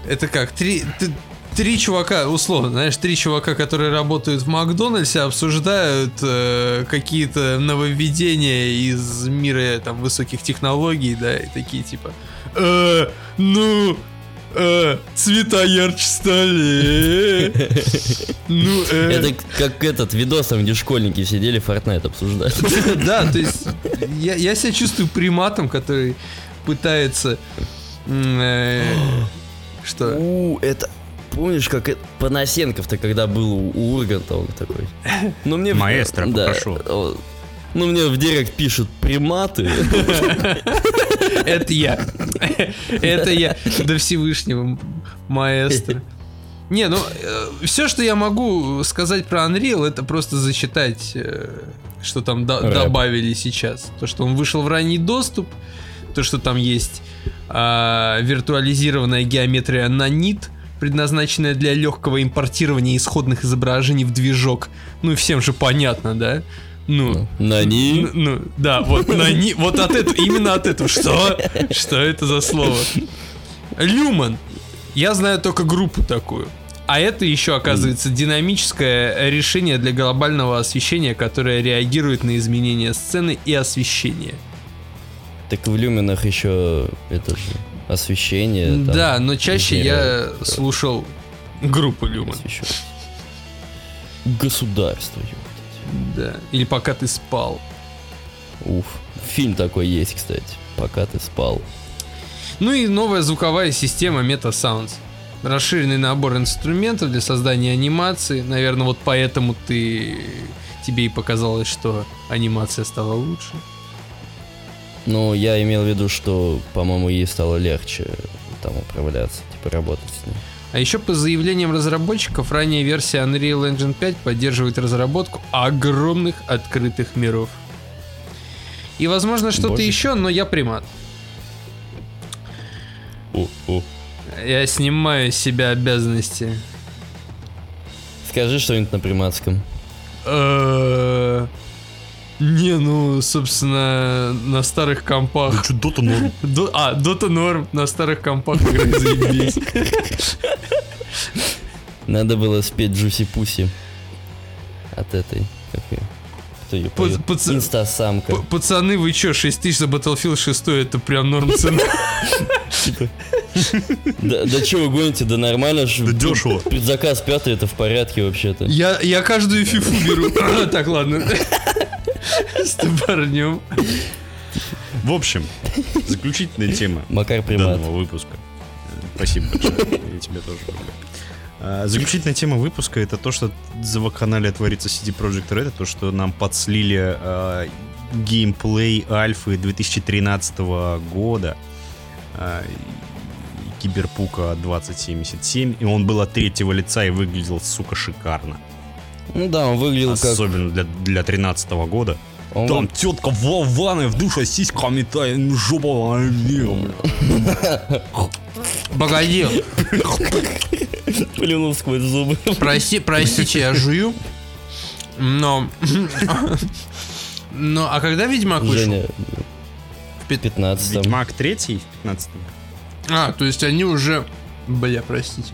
Speaker 3: это как три т- три чувака условно, знаешь, три чувака, которые работают в Макдональдсе, обсуждают э, какие-то нововведения из мира там высоких технологий, да, и такие типа, «Э, ну. э, цвета ярче стали. э, Ну, э».
Speaker 4: Это как этот видос, там, где школьники сидели, Fortnite обсуждали.
Speaker 3: Да, то есть я, я себя чувствую приматом, который пытается... м, э, Что?
Speaker 4: У, это... Помнишь, как это- Панасенков-то, когда был у, у Урганта, он такой... Ну, мне... в-
Speaker 1: Маэстро,
Speaker 4: да,
Speaker 1: попрошу.
Speaker 4: о, Ну, мне в директ пишут приматы.
Speaker 3: Это я. Это я. До Всевышнего маэстро. Не, ну, все, что я могу сказать про Unreal, это просто зачитать, э, что там до-
Speaker 4: Рэп.
Speaker 3: добавили сейчас. То, что он вышел в ранний доступ, то, что там есть а, виртуализированная геометрия нанит, предназначенная для легкого импортирования исходных изображений в движок. Ну, и всем же понятно, да? Ну,
Speaker 4: На
Speaker 3: Н-
Speaker 4: ней.
Speaker 3: Ну, да, вот на ни- вот от этого, именно от этого. Что? Что это за слово? Люман. Я знаю только группу такую. А это еще, оказывается, динамическое решение для глобального освещения, которое реагирует на изменения сцены и освещения.
Speaker 4: Так в люминах еще это же освещение. там,
Speaker 3: да, но чаще я
Speaker 4: измеряют.
Speaker 3: слушал группу Люман.
Speaker 4: освещен. Государство, ёптать.
Speaker 3: Да. Или пока ты спал.
Speaker 4: Уф. Фильм такой есть, кстати. Пока ты спал.
Speaker 3: Ну и новая звуковая система Meta Sounds. Расширенный набор инструментов для создания анимации. Наверное, вот поэтому ты тебе и показалось, что анимация стала лучше.
Speaker 4: Ну, я имел в виду, что, по-моему, ей стало легче там управляться, типа работать с ней.
Speaker 3: А еще по заявлениям разработчиков, ранняя версия Unreal Engine 5 поддерживает разработку огромных открытых миров. И, возможно, что-то
Speaker 4: Боже.
Speaker 3: еще, но я примат. Я снимаю с себя обязанности.
Speaker 4: Скажи что-нибудь на приматском.
Speaker 3: Э, Не, ну, собственно, на старых компах
Speaker 1: что, дота норм?
Speaker 3: До- а, Dota норм на старых компах играть заебись.
Speaker 4: Надо было спеть Джуси Пуси. От этой. Как ее? Кто ее
Speaker 3: Пац-
Speaker 4: поет?
Speaker 3: пац-
Speaker 4: Инстасамка.
Speaker 1: Ну,
Speaker 3: П- Пацаны, вы чё, 6 тысяч за Battlefield 6, это прям норм цена.
Speaker 4: Типа. Да, да чё вы гоните, да нормально ж.
Speaker 1: Да дешево.
Speaker 4: Предзаказ пятый, это в порядке вообще-то.
Speaker 3: Я, я каждую фифу беру. Так, ладно. С парнем.
Speaker 1: В общем, заключительная тема
Speaker 4: Макар Примат.
Speaker 1: данного выпуска. Э, Спасибо большое. Я тебя тоже люблю. А, Заключительная тема выпуска это то, что за вакханалия творится CD Projekt Red, это то, что нам подслили а, геймплей Альфы 2013 года а, и Киберпука 2077, и он был от третьего лица и выглядел, сука, шикарно.
Speaker 4: Ну да, он выглядел как...
Speaker 1: Особенно для, для 13 года.
Speaker 4: он
Speaker 1: Там тетка в ванной в душе с сиськами та- жопа. а, не, бля.
Speaker 3: Погоди,
Speaker 4: выгля- плюнул сквозь зубы.
Speaker 3: прости, простите, я жую. Но... Ну, а когда Ведьмак вышел?
Speaker 4: Женя, в
Speaker 3: пят-
Speaker 4: 15
Speaker 1: Ведьмак 3 в 15
Speaker 3: А, то есть они уже... Бля, простите.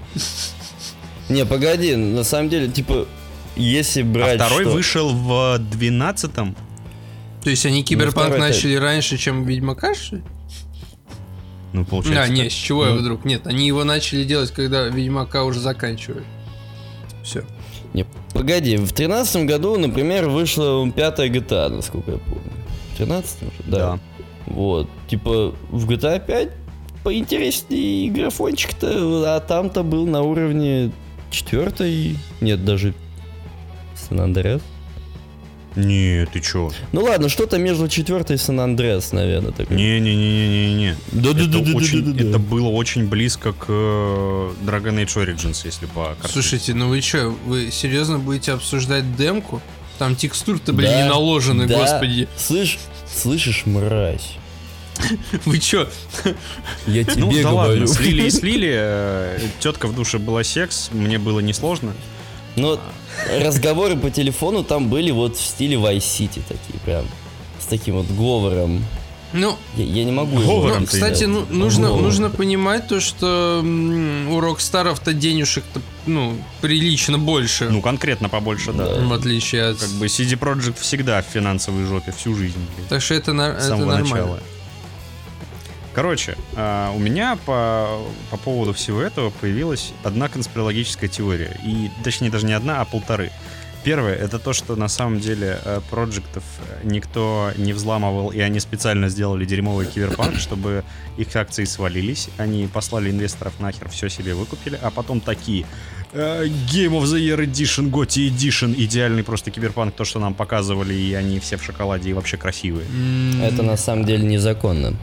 Speaker 4: Не, погоди, на самом деле, типа, если
Speaker 1: А
Speaker 4: брать...
Speaker 1: второй
Speaker 4: что-
Speaker 1: вышел в 12-м.
Speaker 3: То есть они Киберпанк
Speaker 4: второй-то-
Speaker 3: начали раньше, чем Ведьмака, что ли?
Speaker 1: Ну,
Speaker 3: Да,
Speaker 1: получается.
Speaker 3: не, с чего я
Speaker 4: Ну.
Speaker 3: вдруг? Нет, они его начали делать, когда Ведьмака уже заканчивали. Все.
Speaker 4: Не, погоди, в 13 году, например, вышла пятая GTA, насколько я помню. В 13 уже?
Speaker 1: Да.
Speaker 4: Вот, типа, в GTA 5 поинтереснее графончик-то, а там-то был на уровне четвертой, нет, даже Сан-Андреас.
Speaker 1: Не, ты чё?
Speaker 4: Ну ладно, что-то между четвертой и Сан-Андреас, наверное, такое.
Speaker 1: Не-не-не-не-не-не.
Speaker 4: да да
Speaker 1: Это,
Speaker 4: да да
Speaker 1: очень-
Speaker 4: да, да, да.
Speaker 1: это было очень близко к э, Dragon Age Origins, если по карте.
Speaker 3: Слушайте, ну вы что, вы серьезно будете обсуждать демку? Там текстур-то, блин,
Speaker 4: Да,
Speaker 3: не наложены,
Speaker 4: да.
Speaker 3: господи.
Speaker 4: Слышь, слышишь, мразь?
Speaker 3: Вы чё?
Speaker 4: Я тебе
Speaker 1: ну, да
Speaker 4: говорю.
Speaker 1: ладно, слили и слили. Тетка в душе была секс, мне было несложно.
Speaker 4: Но Ну, разговоры по телефону там были вот в стиле Vice City такие прям. С таким вот говором.
Speaker 3: Ну,
Speaker 4: Я, я не могу... его
Speaker 1: Говором
Speaker 4: описать.
Speaker 1: ты
Speaker 3: кстати, ну,
Speaker 4: Говором.
Speaker 3: нужно, нужно понимать то, что м, у Рокстаров-то денежек-то, ну, прилично больше.
Speaker 1: Ну, конкретно побольше, да.
Speaker 4: Да.
Speaker 3: в отличие от...
Speaker 1: Ну, Как бы CD Projekt всегда в финансовой жопе всю жизнь. блин.
Speaker 3: Так что это, на-
Speaker 1: с
Speaker 3: это
Speaker 1: самого
Speaker 3: нормально.
Speaker 1: начала. Короче, а, у меня по, по поводу всего этого появилась одна конспирологическая теория. И, точнее, даже не одна, а полторы. Первое, это то, что на самом деле э, проектов никто не взламывал, и они специально сделали дерьмовый киберпанк, чтобы их акции свалились. Они послали инвесторов нахер, все себе выкупили, а потом такие э, Game of the Year Edition, GOTY Edition, идеальный просто киберпанк, то, что нам показывали, и они все в шоколаде и вообще красивые.
Speaker 3: М,
Speaker 4: Это на самом деле незаконно.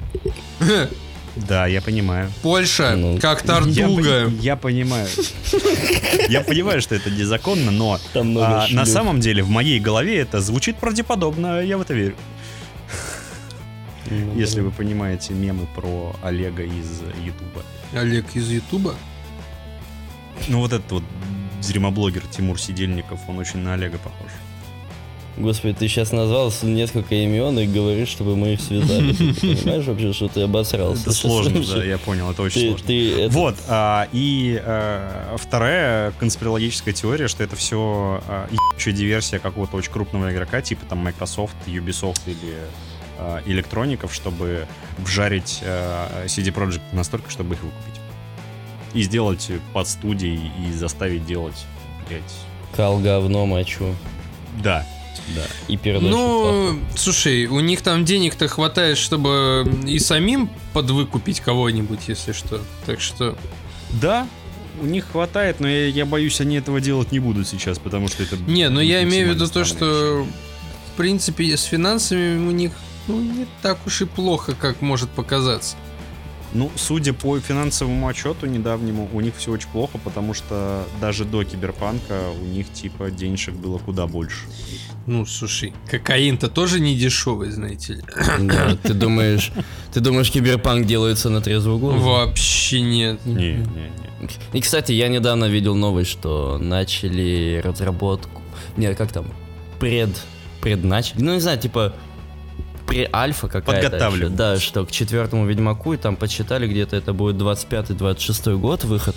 Speaker 1: Да, я понимаю.
Speaker 3: Польша,
Speaker 4: Ну,
Speaker 3: как
Speaker 1: Я
Speaker 3: тортуга.
Speaker 1: пони- Я понимаю. Я понимаю, что это незаконно, но
Speaker 4: Там много
Speaker 1: а, на
Speaker 4: шлюх.
Speaker 1: самом деле в моей голове это звучит правдеподобно, я в это верю.
Speaker 4: Ну
Speaker 1: Если вы понимаете мемы про Олега из Ютуба.
Speaker 3: Олег из Ютуба.
Speaker 1: Ну вот этот вот дерьмоблогер Тимур Сидельников, он очень на Олега похож.
Speaker 4: Господи, ты сейчас назвал с- несколько имен и говоришь, чтобы мы их связали. Ты понимаешь вообще, что ты обосрался?
Speaker 1: Это сложно,
Speaker 4: Сейчас
Speaker 1: да, я понял, это очень
Speaker 4: Ты,
Speaker 1: сложно.
Speaker 4: ты это-
Speaker 1: Вот, а, и а, вторая конспирологическая теория, что это все еще диверсия какого-то очень крупного игрока, типа там Microsoft, Ubisoft или а, электроников, чтобы вжарить а, CD Projekt настолько, чтобы их выкупить. И сделать под студией и заставить делать, блять.
Speaker 4: кал говно мочу
Speaker 1: Да, да.
Speaker 4: и передачу.
Speaker 3: Ну, слушай, у них там денег-то хватает, чтобы и самим подвыкупить кого-нибудь, если что. Так что
Speaker 1: Да, у них хватает, но я, я боюсь, они этого делать не будут сейчас, потому что это...
Speaker 3: Не, ну
Speaker 1: будет
Speaker 3: я имею в виду то,
Speaker 1: максимально странная вещь.
Speaker 3: что в принципе с финансами у них ну, не так уж и плохо, как может показаться.
Speaker 1: Ну, судя по финансовому отчету недавнему, у них все очень плохо, потому что даже до Киберпанка у них, типа, денежек было куда больше.
Speaker 3: Ну, слушай, кокаин-то тоже не дешевый, знаете ли.
Speaker 4: Да, ты думаешь, ты думаешь, киберпанк делается на трезвую голову?
Speaker 3: Вообще нет.
Speaker 1: Не, не, не.
Speaker 4: И, кстати, я недавно видел новость, что начали разработку... Не, как там? Пред... Предначали? Ну, не знаю, типа... Pre-альфа какая-то.
Speaker 1: Подготавливают.
Speaker 4: еще. Да, что к четвертому Ведьмаку, и там подсчитали, где-то это будет 25-26 год выход.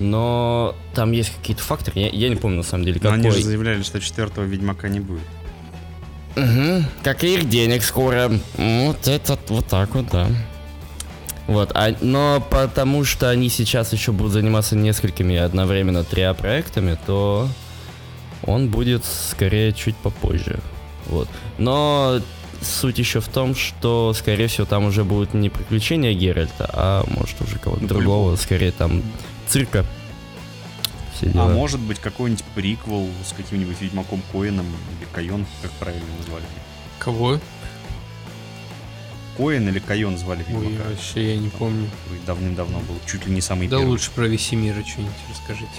Speaker 4: Но там есть какие-то факторы, я, я не помню на самом деле,
Speaker 1: Но
Speaker 4: какой.
Speaker 1: они же заявляли, что четвертого Ведьмака не будет.
Speaker 4: Угу, как и их денег скоро. Вот это вот так вот, да. Вот, а- но потому что они сейчас еще будут заниматься несколькими одновременно триа проектами, то он будет скорее чуть попозже. Вот. Но суть еще в том, что, скорее всего, там уже будут не приключения Геральта, а может уже кого-то
Speaker 1: Ну,
Speaker 4: другого, скорее там цирка. Все
Speaker 1: А
Speaker 4: дела.
Speaker 1: может быть, какой-нибудь приквел с каким-нибудь Ведьмаком Коином или Кайон, как правильно назвали?
Speaker 3: Кого?
Speaker 1: Коин или Кайон звали
Speaker 3: Ой,
Speaker 1: Ведьмака?
Speaker 3: вообще я не помню.
Speaker 1: Ой, Давным-давно был, чуть ли не самый
Speaker 3: Да
Speaker 1: первый.
Speaker 3: лучше про Весемира что-нибудь расскажите.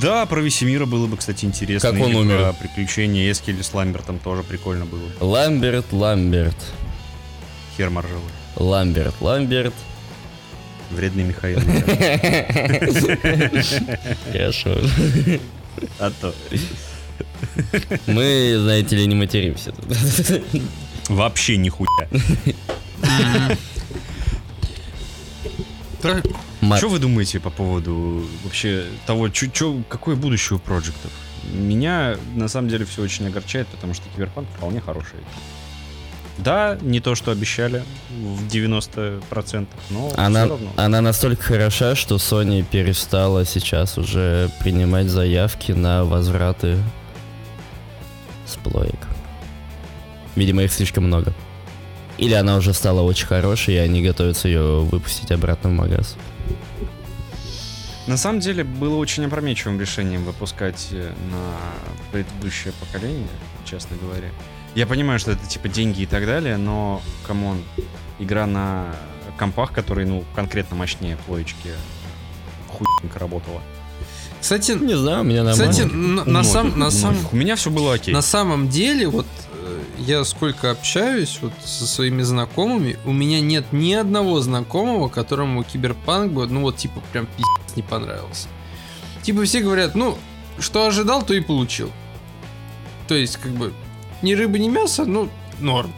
Speaker 1: Да, про Весемира было бы, кстати, интересно.
Speaker 4: Как он
Speaker 1: Или
Speaker 4: умер?
Speaker 1: про приключения Эскеля с Ламбертом тоже прикольно было.
Speaker 4: Ламберт, Ламберт,
Speaker 1: Хер моржовый.
Speaker 4: Ламберт, Ламберт.
Speaker 1: Вредный Михаил.
Speaker 4: Хорошо.
Speaker 1: А то.
Speaker 4: Мы, знаете ли, не материмся. тут.
Speaker 1: Вообще нихуя.
Speaker 4: Мат.
Speaker 1: Что вы думаете по поводу вообще того, чё, чё- какое будущее у проектов? Меня на самом деле все очень огорчает, потому что Киберпанк вполне хороший. Да, не то, что обещали в 90%, но
Speaker 4: Она,
Speaker 1: все равно.
Speaker 4: она настолько хороша, что Sony перестала сейчас уже принимать заявки на возвраты с плоек. Видимо, их слишком много. Или она уже стала очень хорошей, и они готовятся ее выпустить обратно в магаз.
Speaker 1: На самом деле было очень опрометчивым решением выпускать э, на предыдущее поколение, честно говоря. Я понимаю, что это типа деньги и так далее, но, камон, игра на компах, которые, ну, конкретно мощнее плоечки, хуйненько работала.
Speaker 3: Кстати,
Speaker 4: Не знаю, у меня нормально.
Speaker 3: кстати, на, на
Speaker 1: У
Speaker 3: сам,
Speaker 1: многих,
Speaker 3: на
Speaker 1: у
Speaker 3: сам,
Speaker 1: многих. У меня все было окей.
Speaker 3: На самом деле, вот э, я сколько общаюсь вот со своими знакомыми, у меня нет ни одного знакомого, которому киберпанк бы, ну вот типа прям пиздец не понравился. Типа все говорят, ну, что ожидал, то и получил. То есть, как бы, ни рыба, ни мясо, ну, норм.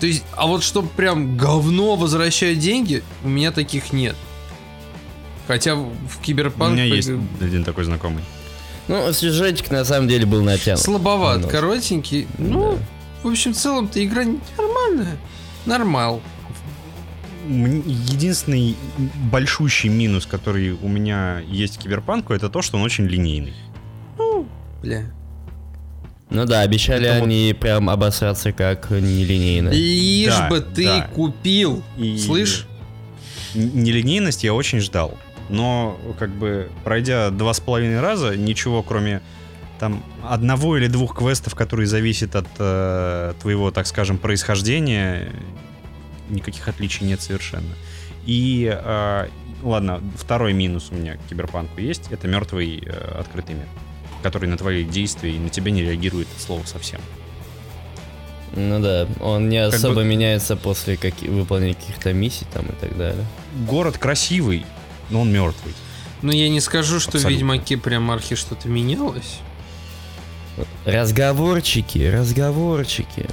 Speaker 3: То есть, а вот что прям говно возвращает деньги, у меня таких нет. Хотя в в
Speaker 1: У
Speaker 3: киберпанк...
Speaker 1: меня есть
Speaker 3: как бы,
Speaker 1: один такой знакомый.
Speaker 4: Ну, сюжетик на самом деле был натянут.
Speaker 3: Слабоват,
Speaker 4: Немножко.
Speaker 3: коротенький. Ну, в общем, в целом-то игра нормальная. Нормал.
Speaker 1: Мне- Единственный большущий минус, который у меня есть к Киберпанку, это то, что он очень линейный.
Speaker 3: Бля.
Speaker 4: Ну да, обещали
Speaker 1: Это вот-
Speaker 4: они прям обосраться как нелинейно.
Speaker 3: Лишь
Speaker 1: Да,
Speaker 3: бы ты
Speaker 1: да.
Speaker 3: купил.
Speaker 1: И-
Speaker 3: Слышь?
Speaker 1: Н- Нелинейность я очень ждал. Но, как бы, пройдя два с половиной раза, ничего, кроме там одного или двух квестов, которые зависят от э, твоего, так скажем, происхождения, никаких отличий нет совершенно. И э, ладно, второй минус у меня к киберпанку есть, это мертвый э, открытый мир, который на твои действия и на тебя не реагирует от слова совсем.
Speaker 4: Ну да, он не
Speaker 1: Как
Speaker 4: особо
Speaker 1: бы-
Speaker 4: меняется после каки- выполнения каких-то миссий там и так далее.
Speaker 1: Город красивый, но он мертвый.
Speaker 3: Ну, я не скажу, что в
Speaker 1: Абсолютно.
Speaker 3: Ведьмаке прям архи что-то менялось.
Speaker 4: Разговорчики, разговорчики.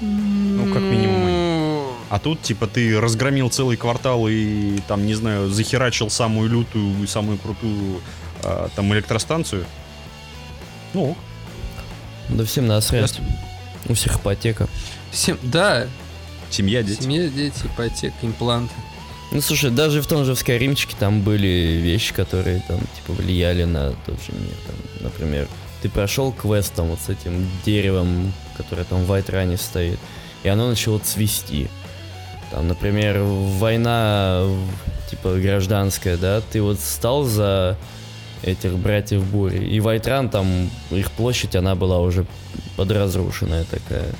Speaker 1: Ну, как минимум,
Speaker 3: Ну,
Speaker 1: А тут, типа, ты разгромил целый квартал и, там, не знаю, захерачил самую лютую и самую крутую э, там электростанцию. Ну, ок.
Speaker 4: Да всем насрать. У всех ипотека.
Speaker 3: Всем, да,
Speaker 1: семья, дети.
Speaker 3: семья, дети, ипотека, импланты.
Speaker 4: Ну слушай, даже в том же в Скайримчике там были вещи, которые там типа влияли на тот же мир. Там, например, ты прошел квест там вот с этим деревом, которое там в Вайтране стоит, и оно начало цвести. Там, например, война в- типа гражданская, да, ты вот стал за этих братьев бури. И Вайтран там, их площадь, она была уже подразрушенная такая.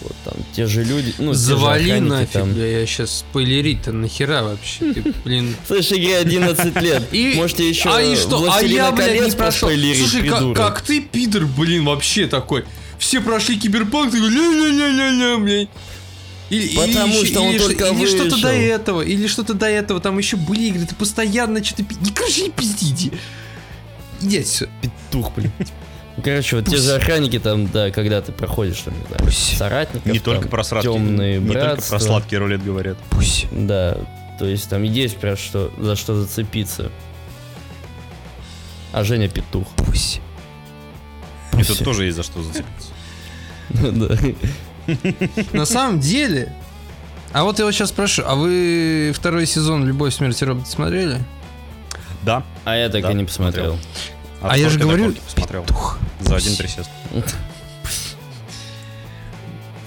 Speaker 4: Вот там те же люди, ну, те же
Speaker 3: Завали
Speaker 4: охранники
Speaker 3: нафиг,
Speaker 4: там.
Speaker 3: бля, я сейчас спойлерить-то нахера вообще, ты, блин.
Speaker 4: Слушай, игре 11 лет.
Speaker 3: И-
Speaker 4: Можете еще
Speaker 3: а и что? А я, блядь, не прошел. Слушай,
Speaker 4: Слушай,
Speaker 3: ка- как, ты, пидор, блин, вообще такой. Все прошли киберпанк, ты такой, ля-ля-ля-ля-ля, блядь. Или,
Speaker 4: Потому
Speaker 3: еще-
Speaker 4: что он
Speaker 3: ш-
Speaker 4: только
Speaker 3: или что-то
Speaker 4: вышел.
Speaker 3: до этого, или что-то до этого, там еще были игры, ты постоянно что-то... пи- Не короче, не пиздите. Иди отсюда.
Speaker 4: петух, блин. Ну, Короче, вот те
Speaker 3: Пусть.
Speaker 4: же охранники там, да, когда ты проходишь, там, не знаю,
Speaker 3: Пусть.
Speaker 4: соратников.
Speaker 1: Не
Speaker 4: там,
Speaker 1: только про сладкий,
Speaker 4: темные
Speaker 1: не только
Speaker 4: братства.
Speaker 1: про сладкий рулет говорят.
Speaker 3: Пусть.
Speaker 4: Да, то есть там есть прям что, за что зацепиться. А Женя петух.
Speaker 3: Пусть.
Speaker 1: И
Speaker 4: Все.
Speaker 1: тут тоже есть за что зацепиться.
Speaker 4: Да.
Speaker 3: На самом деле... А вот я вот сейчас спрошу, а вы второй сезон «Любовь, смерть и роботы» смотрели?
Speaker 1: Да.
Speaker 4: А я так
Speaker 1: Да,
Speaker 4: и не посмотрел.
Speaker 3: А я же
Speaker 1: Отборки
Speaker 3: говорю,
Speaker 1: докорки посмотрел.
Speaker 3: Тух.
Speaker 1: За один присест.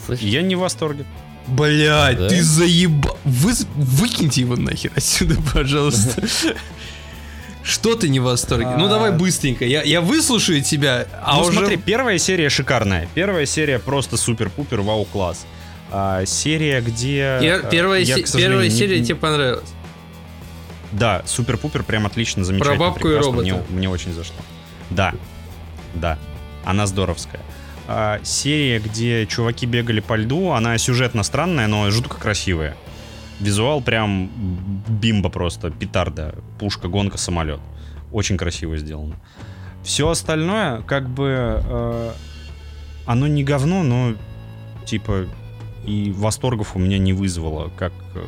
Speaker 4: Слышь,
Speaker 1: Я не в восторге.
Speaker 3: Блять,
Speaker 4: Да?
Speaker 3: ты заебал. Вы... Выкиньте его нахер отсюда, пожалуйста. Что ты не в восторге? Ну давай
Speaker 1: А.
Speaker 3: быстренько. Я, я выслушаю тебя, а
Speaker 1: ну,
Speaker 3: уже...
Speaker 1: смотри, первая серия шикарная. Первая серия просто супер-пупер вау-класс. А, серия, где...
Speaker 3: Пер-
Speaker 1: э,
Speaker 3: первая,
Speaker 1: я,
Speaker 3: се-
Speaker 1: к сожалению,
Speaker 3: первая
Speaker 1: не-
Speaker 3: серия типа,
Speaker 1: не-
Speaker 3: тебе понравилась.
Speaker 1: Да, супер-пупер, прям отлично, замечательно.
Speaker 3: Про бабку и
Speaker 1: прекрасно,
Speaker 3: робота.
Speaker 1: Мне, мне очень зашло. Да, да, она здоровская. А, серия, где чуваки бегали по льду, она сюжетно странная, но жутко красивая. Визуал прям бимба просто, петарда, пушка, гонка, самолет. Очень красиво сделано. Все остальное, как бы, э, оно не говно, но типа и восторгов у меня не вызвало, как э,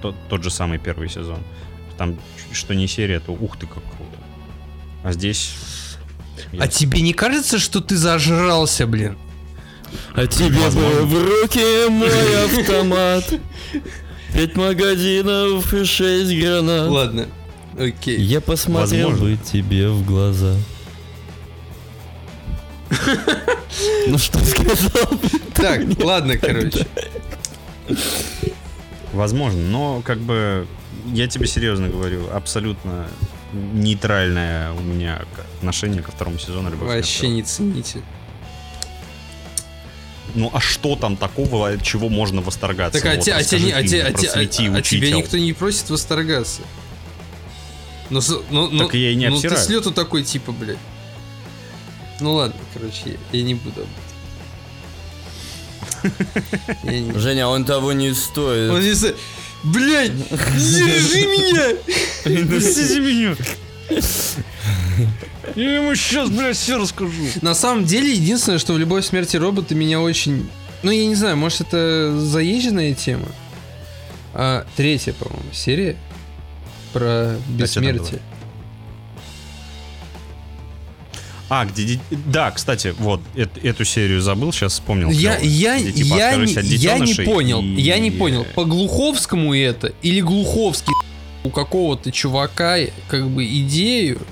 Speaker 1: тот, тот же самый первый сезон. Там ч- что не серия, то ух ты как круто. А здесь...
Speaker 3: А тебе не кажется, что ты зажрался, блин?
Speaker 4: А тебе бы в руки мой автомат. Пять магазинов и шесть гранат.
Speaker 3: Ладно, окей.
Speaker 4: Я посмотрел
Speaker 1: Возможно.
Speaker 4: бы тебе в глаза. Ну что сказал?
Speaker 3: Так, ладно, короче.
Speaker 1: Возможно, но как бы я тебе серьезно говорю, абсолютно нейтральное у меня к- отношение ко второму сезону. «Любовь и
Speaker 3: Вообще
Speaker 1: смерть».
Speaker 3: не цените.
Speaker 1: Ну а что там такого, от чего можно восторгаться?
Speaker 3: Так а
Speaker 1: Вот,
Speaker 3: те- а те не- а
Speaker 1: расскажи
Speaker 3: те-
Speaker 1: ты
Speaker 3: а
Speaker 1: мне,
Speaker 3: те-
Speaker 1: просвети,
Speaker 3: а- а тебя
Speaker 1: учитель.
Speaker 3: никто не просит восторгаться. Ну, с- ну, ну,
Speaker 1: Так я и не
Speaker 3: ну ты
Speaker 1: обсираю.
Speaker 3: с лету такой типа, блядь. Ну ладно, короче, я, я не буду об этом. Я не-
Speaker 4: Женя, он того не
Speaker 3: Он
Speaker 4: стоит.
Speaker 3: не с- Блядь, держи меня!
Speaker 1: Простите меня. Я ему сейчас, блядь, все расскажу.
Speaker 3: На самом деле, единственное, что в любой смерти робота меня очень... Ну, я не знаю, может, это заезженная тема? А, третья, по-моему, серия про бессмертие.
Speaker 1: А, где... де- Да, кстати, вот, эт- эту серию забыл, сейчас вспомнил.
Speaker 3: Я,
Speaker 1: Клёво.
Speaker 3: я,
Speaker 1: Ну, Где, типа,
Speaker 3: я, не,
Speaker 1: откажись от
Speaker 3: я не
Speaker 1: детенышей
Speaker 3: понял,
Speaker 1: и-
Speaker 3: я не понял, по Глуховскому это или Глуховский у какого-то чувака как бы идею,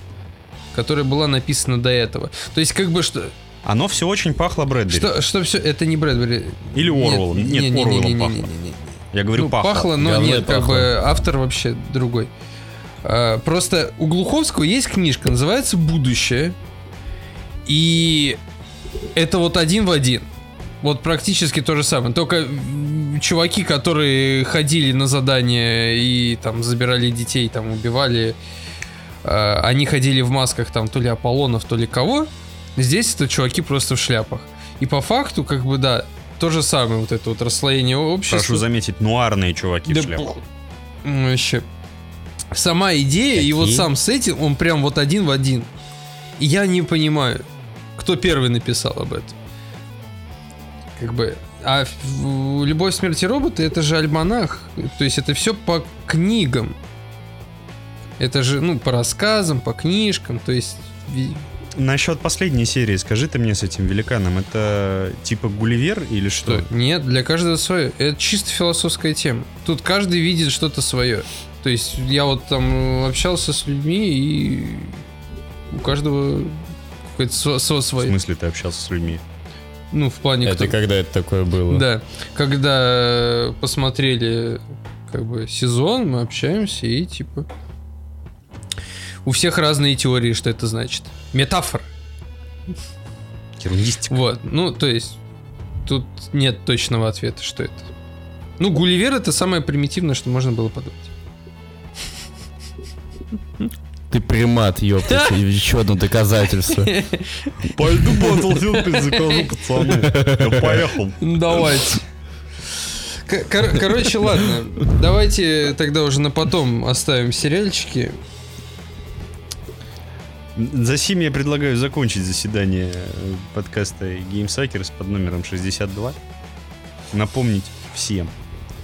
Speaker 3: которая была написана до этого. То есть как бы что,
Speaker 1: Оно все очень пахло Брэдбери.
Speaker 3: что, что все, это не Брэдбери.
Speaker 1: Или Орвеллом. Нет,
Speaker 3: не- не- не- не-
Speaker 1: Орвеллом
Speaker 3: не- не-
Speaker 1: пахло.
Speaker 3: не- не- не.
Speaker 1: Я говорю,
Speaker 3: Ну,
Speaker 1: пахло.
Speaker 3: но
Speaker 4: Говно и
Speaker 3: нет, как
Speaker 4: пахло.
Speaker 3: бы автор вообще другой. А, Просто у Глуховского есть книжка, называется «Будущее», и это вот один в один. Вот практически то же самое. Только м, чуваки, которые ходили на задания и там забирали детей, там убивали, э, они ходили в масках там то ли Аполлонов, то ли кого. Здесь это чуваки просто в шляпах. И по факту, как бы, да, то же самое вот это вот расслоение общества.
Speaker 1: Прошу заметить, нуарные чуваки
Speaker 3: Да
Speaker 1: в шляпах.
Speaker 3: пох- М, Вообще. Сама идея и вот
Speaker 1: Какие?
Speaker 3: сам сеттинг, он прям вот один в один. И я не понимаю, кто первый написал об этом. Как бы... А в- «Любовь, смерти роботы» — это же альманах. То есть это все по книгам. Это же, ну, по рассказам, по книжкам. То есть... ви-
Speaker 1: Насчет последней серии, скажи ты мне с этим великаном, это типа Гулливер или что?
Speaker 3: Что? Нет, для каждого свое. Это чисто философская тема. Тут каждый видит что-то свое. То есть я вот там э, общался с людьми и у каждого какое-то со- со-
Speaker 1: В
Speaker 3: свое.
Speaker 1: смысле ты общался с людьми?
Speaker 3: Ну, в плане...
Speaker 4: Это
Speaker 3: кто-
Speaker 4: когда это такое было?
Speaker 3: Да. Когда э, посмотрели как бы сезон, мы общаемся и типа... У всех разные теории, что это значит. Метафора.
Speaker 1: Ерундистика.
Speaker 3: Вот, ну, то есть, тут нет точного ответа, что это. Ну, Гулливер это самое примитивное, что можно было подумать.
Speaker 4: Ты примат, ёпта, еще одно доказательство.
Speaker 1: Пойду Battlefield закажу, пацаны. Я поехал.
Speaker 3: Давайте. короче, ладно. Давайте тогда уже на потом оставим сериальчики.
Speaker 1: За сим я предлагаю закончить заседание э, подкаста Геймсакерс под номером 62. Напомнить всем,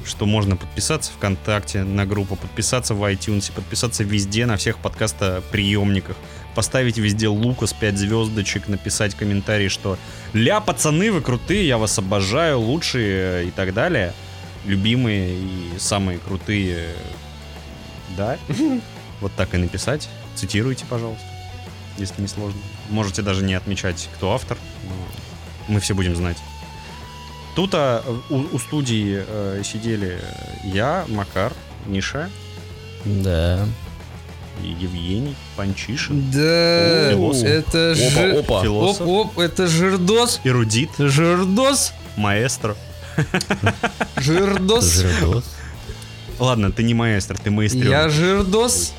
Speaker 1: что можно подписаться ВКонтакте на группу, подписаться в iTunes, подписаться везде на всех подкаста-приемниках, поставить везде Лукас 5 звездочек, написать комментарий, что «Ля, пацаны, вы крутые, я вас обожаю, лучшие» и так далее. Любимые и самые крутые. Да? Вот так и написать. Цитируйте, пожалуйста если не сложно. Можете даже не отмечать, кто автор, но мы все будем знать. Тут а, у, у студии э, сидели я, Макар, Миша
Speaker 4: Да.
Speaker 1: и Евгений Панчишин.
Speaker 3: Да,
Speaker 1: Философ.
Speaker 3: это же...
Speaker 4: Опа, опа.
Speaker 1: Философ,
Speaker 3: Оп-оп, А это жирдос.
Speaker 1: эрудит,
Speaker 3: Жирдос.
Speaker 1: маэстро.
Speaker 3: Жирдос.
Speaker 4: Жирдос.
Speaker 1: Ладно, ты не маэстро, ты маэстрён.
Speaker 3: Я жирдос.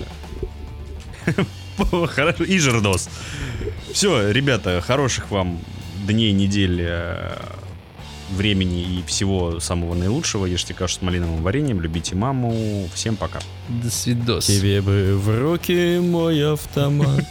Speaker 1: Хорошо, И жердос. Все, ребята, хороших вам дней, недель, э, времени и всего самого наилучшего. Ешьте кашу с малиновым вареньем, любите маму. Всем пока.
Speaker 3: До свидос.
Speaker 4: Тебе бы в руки мой автомат.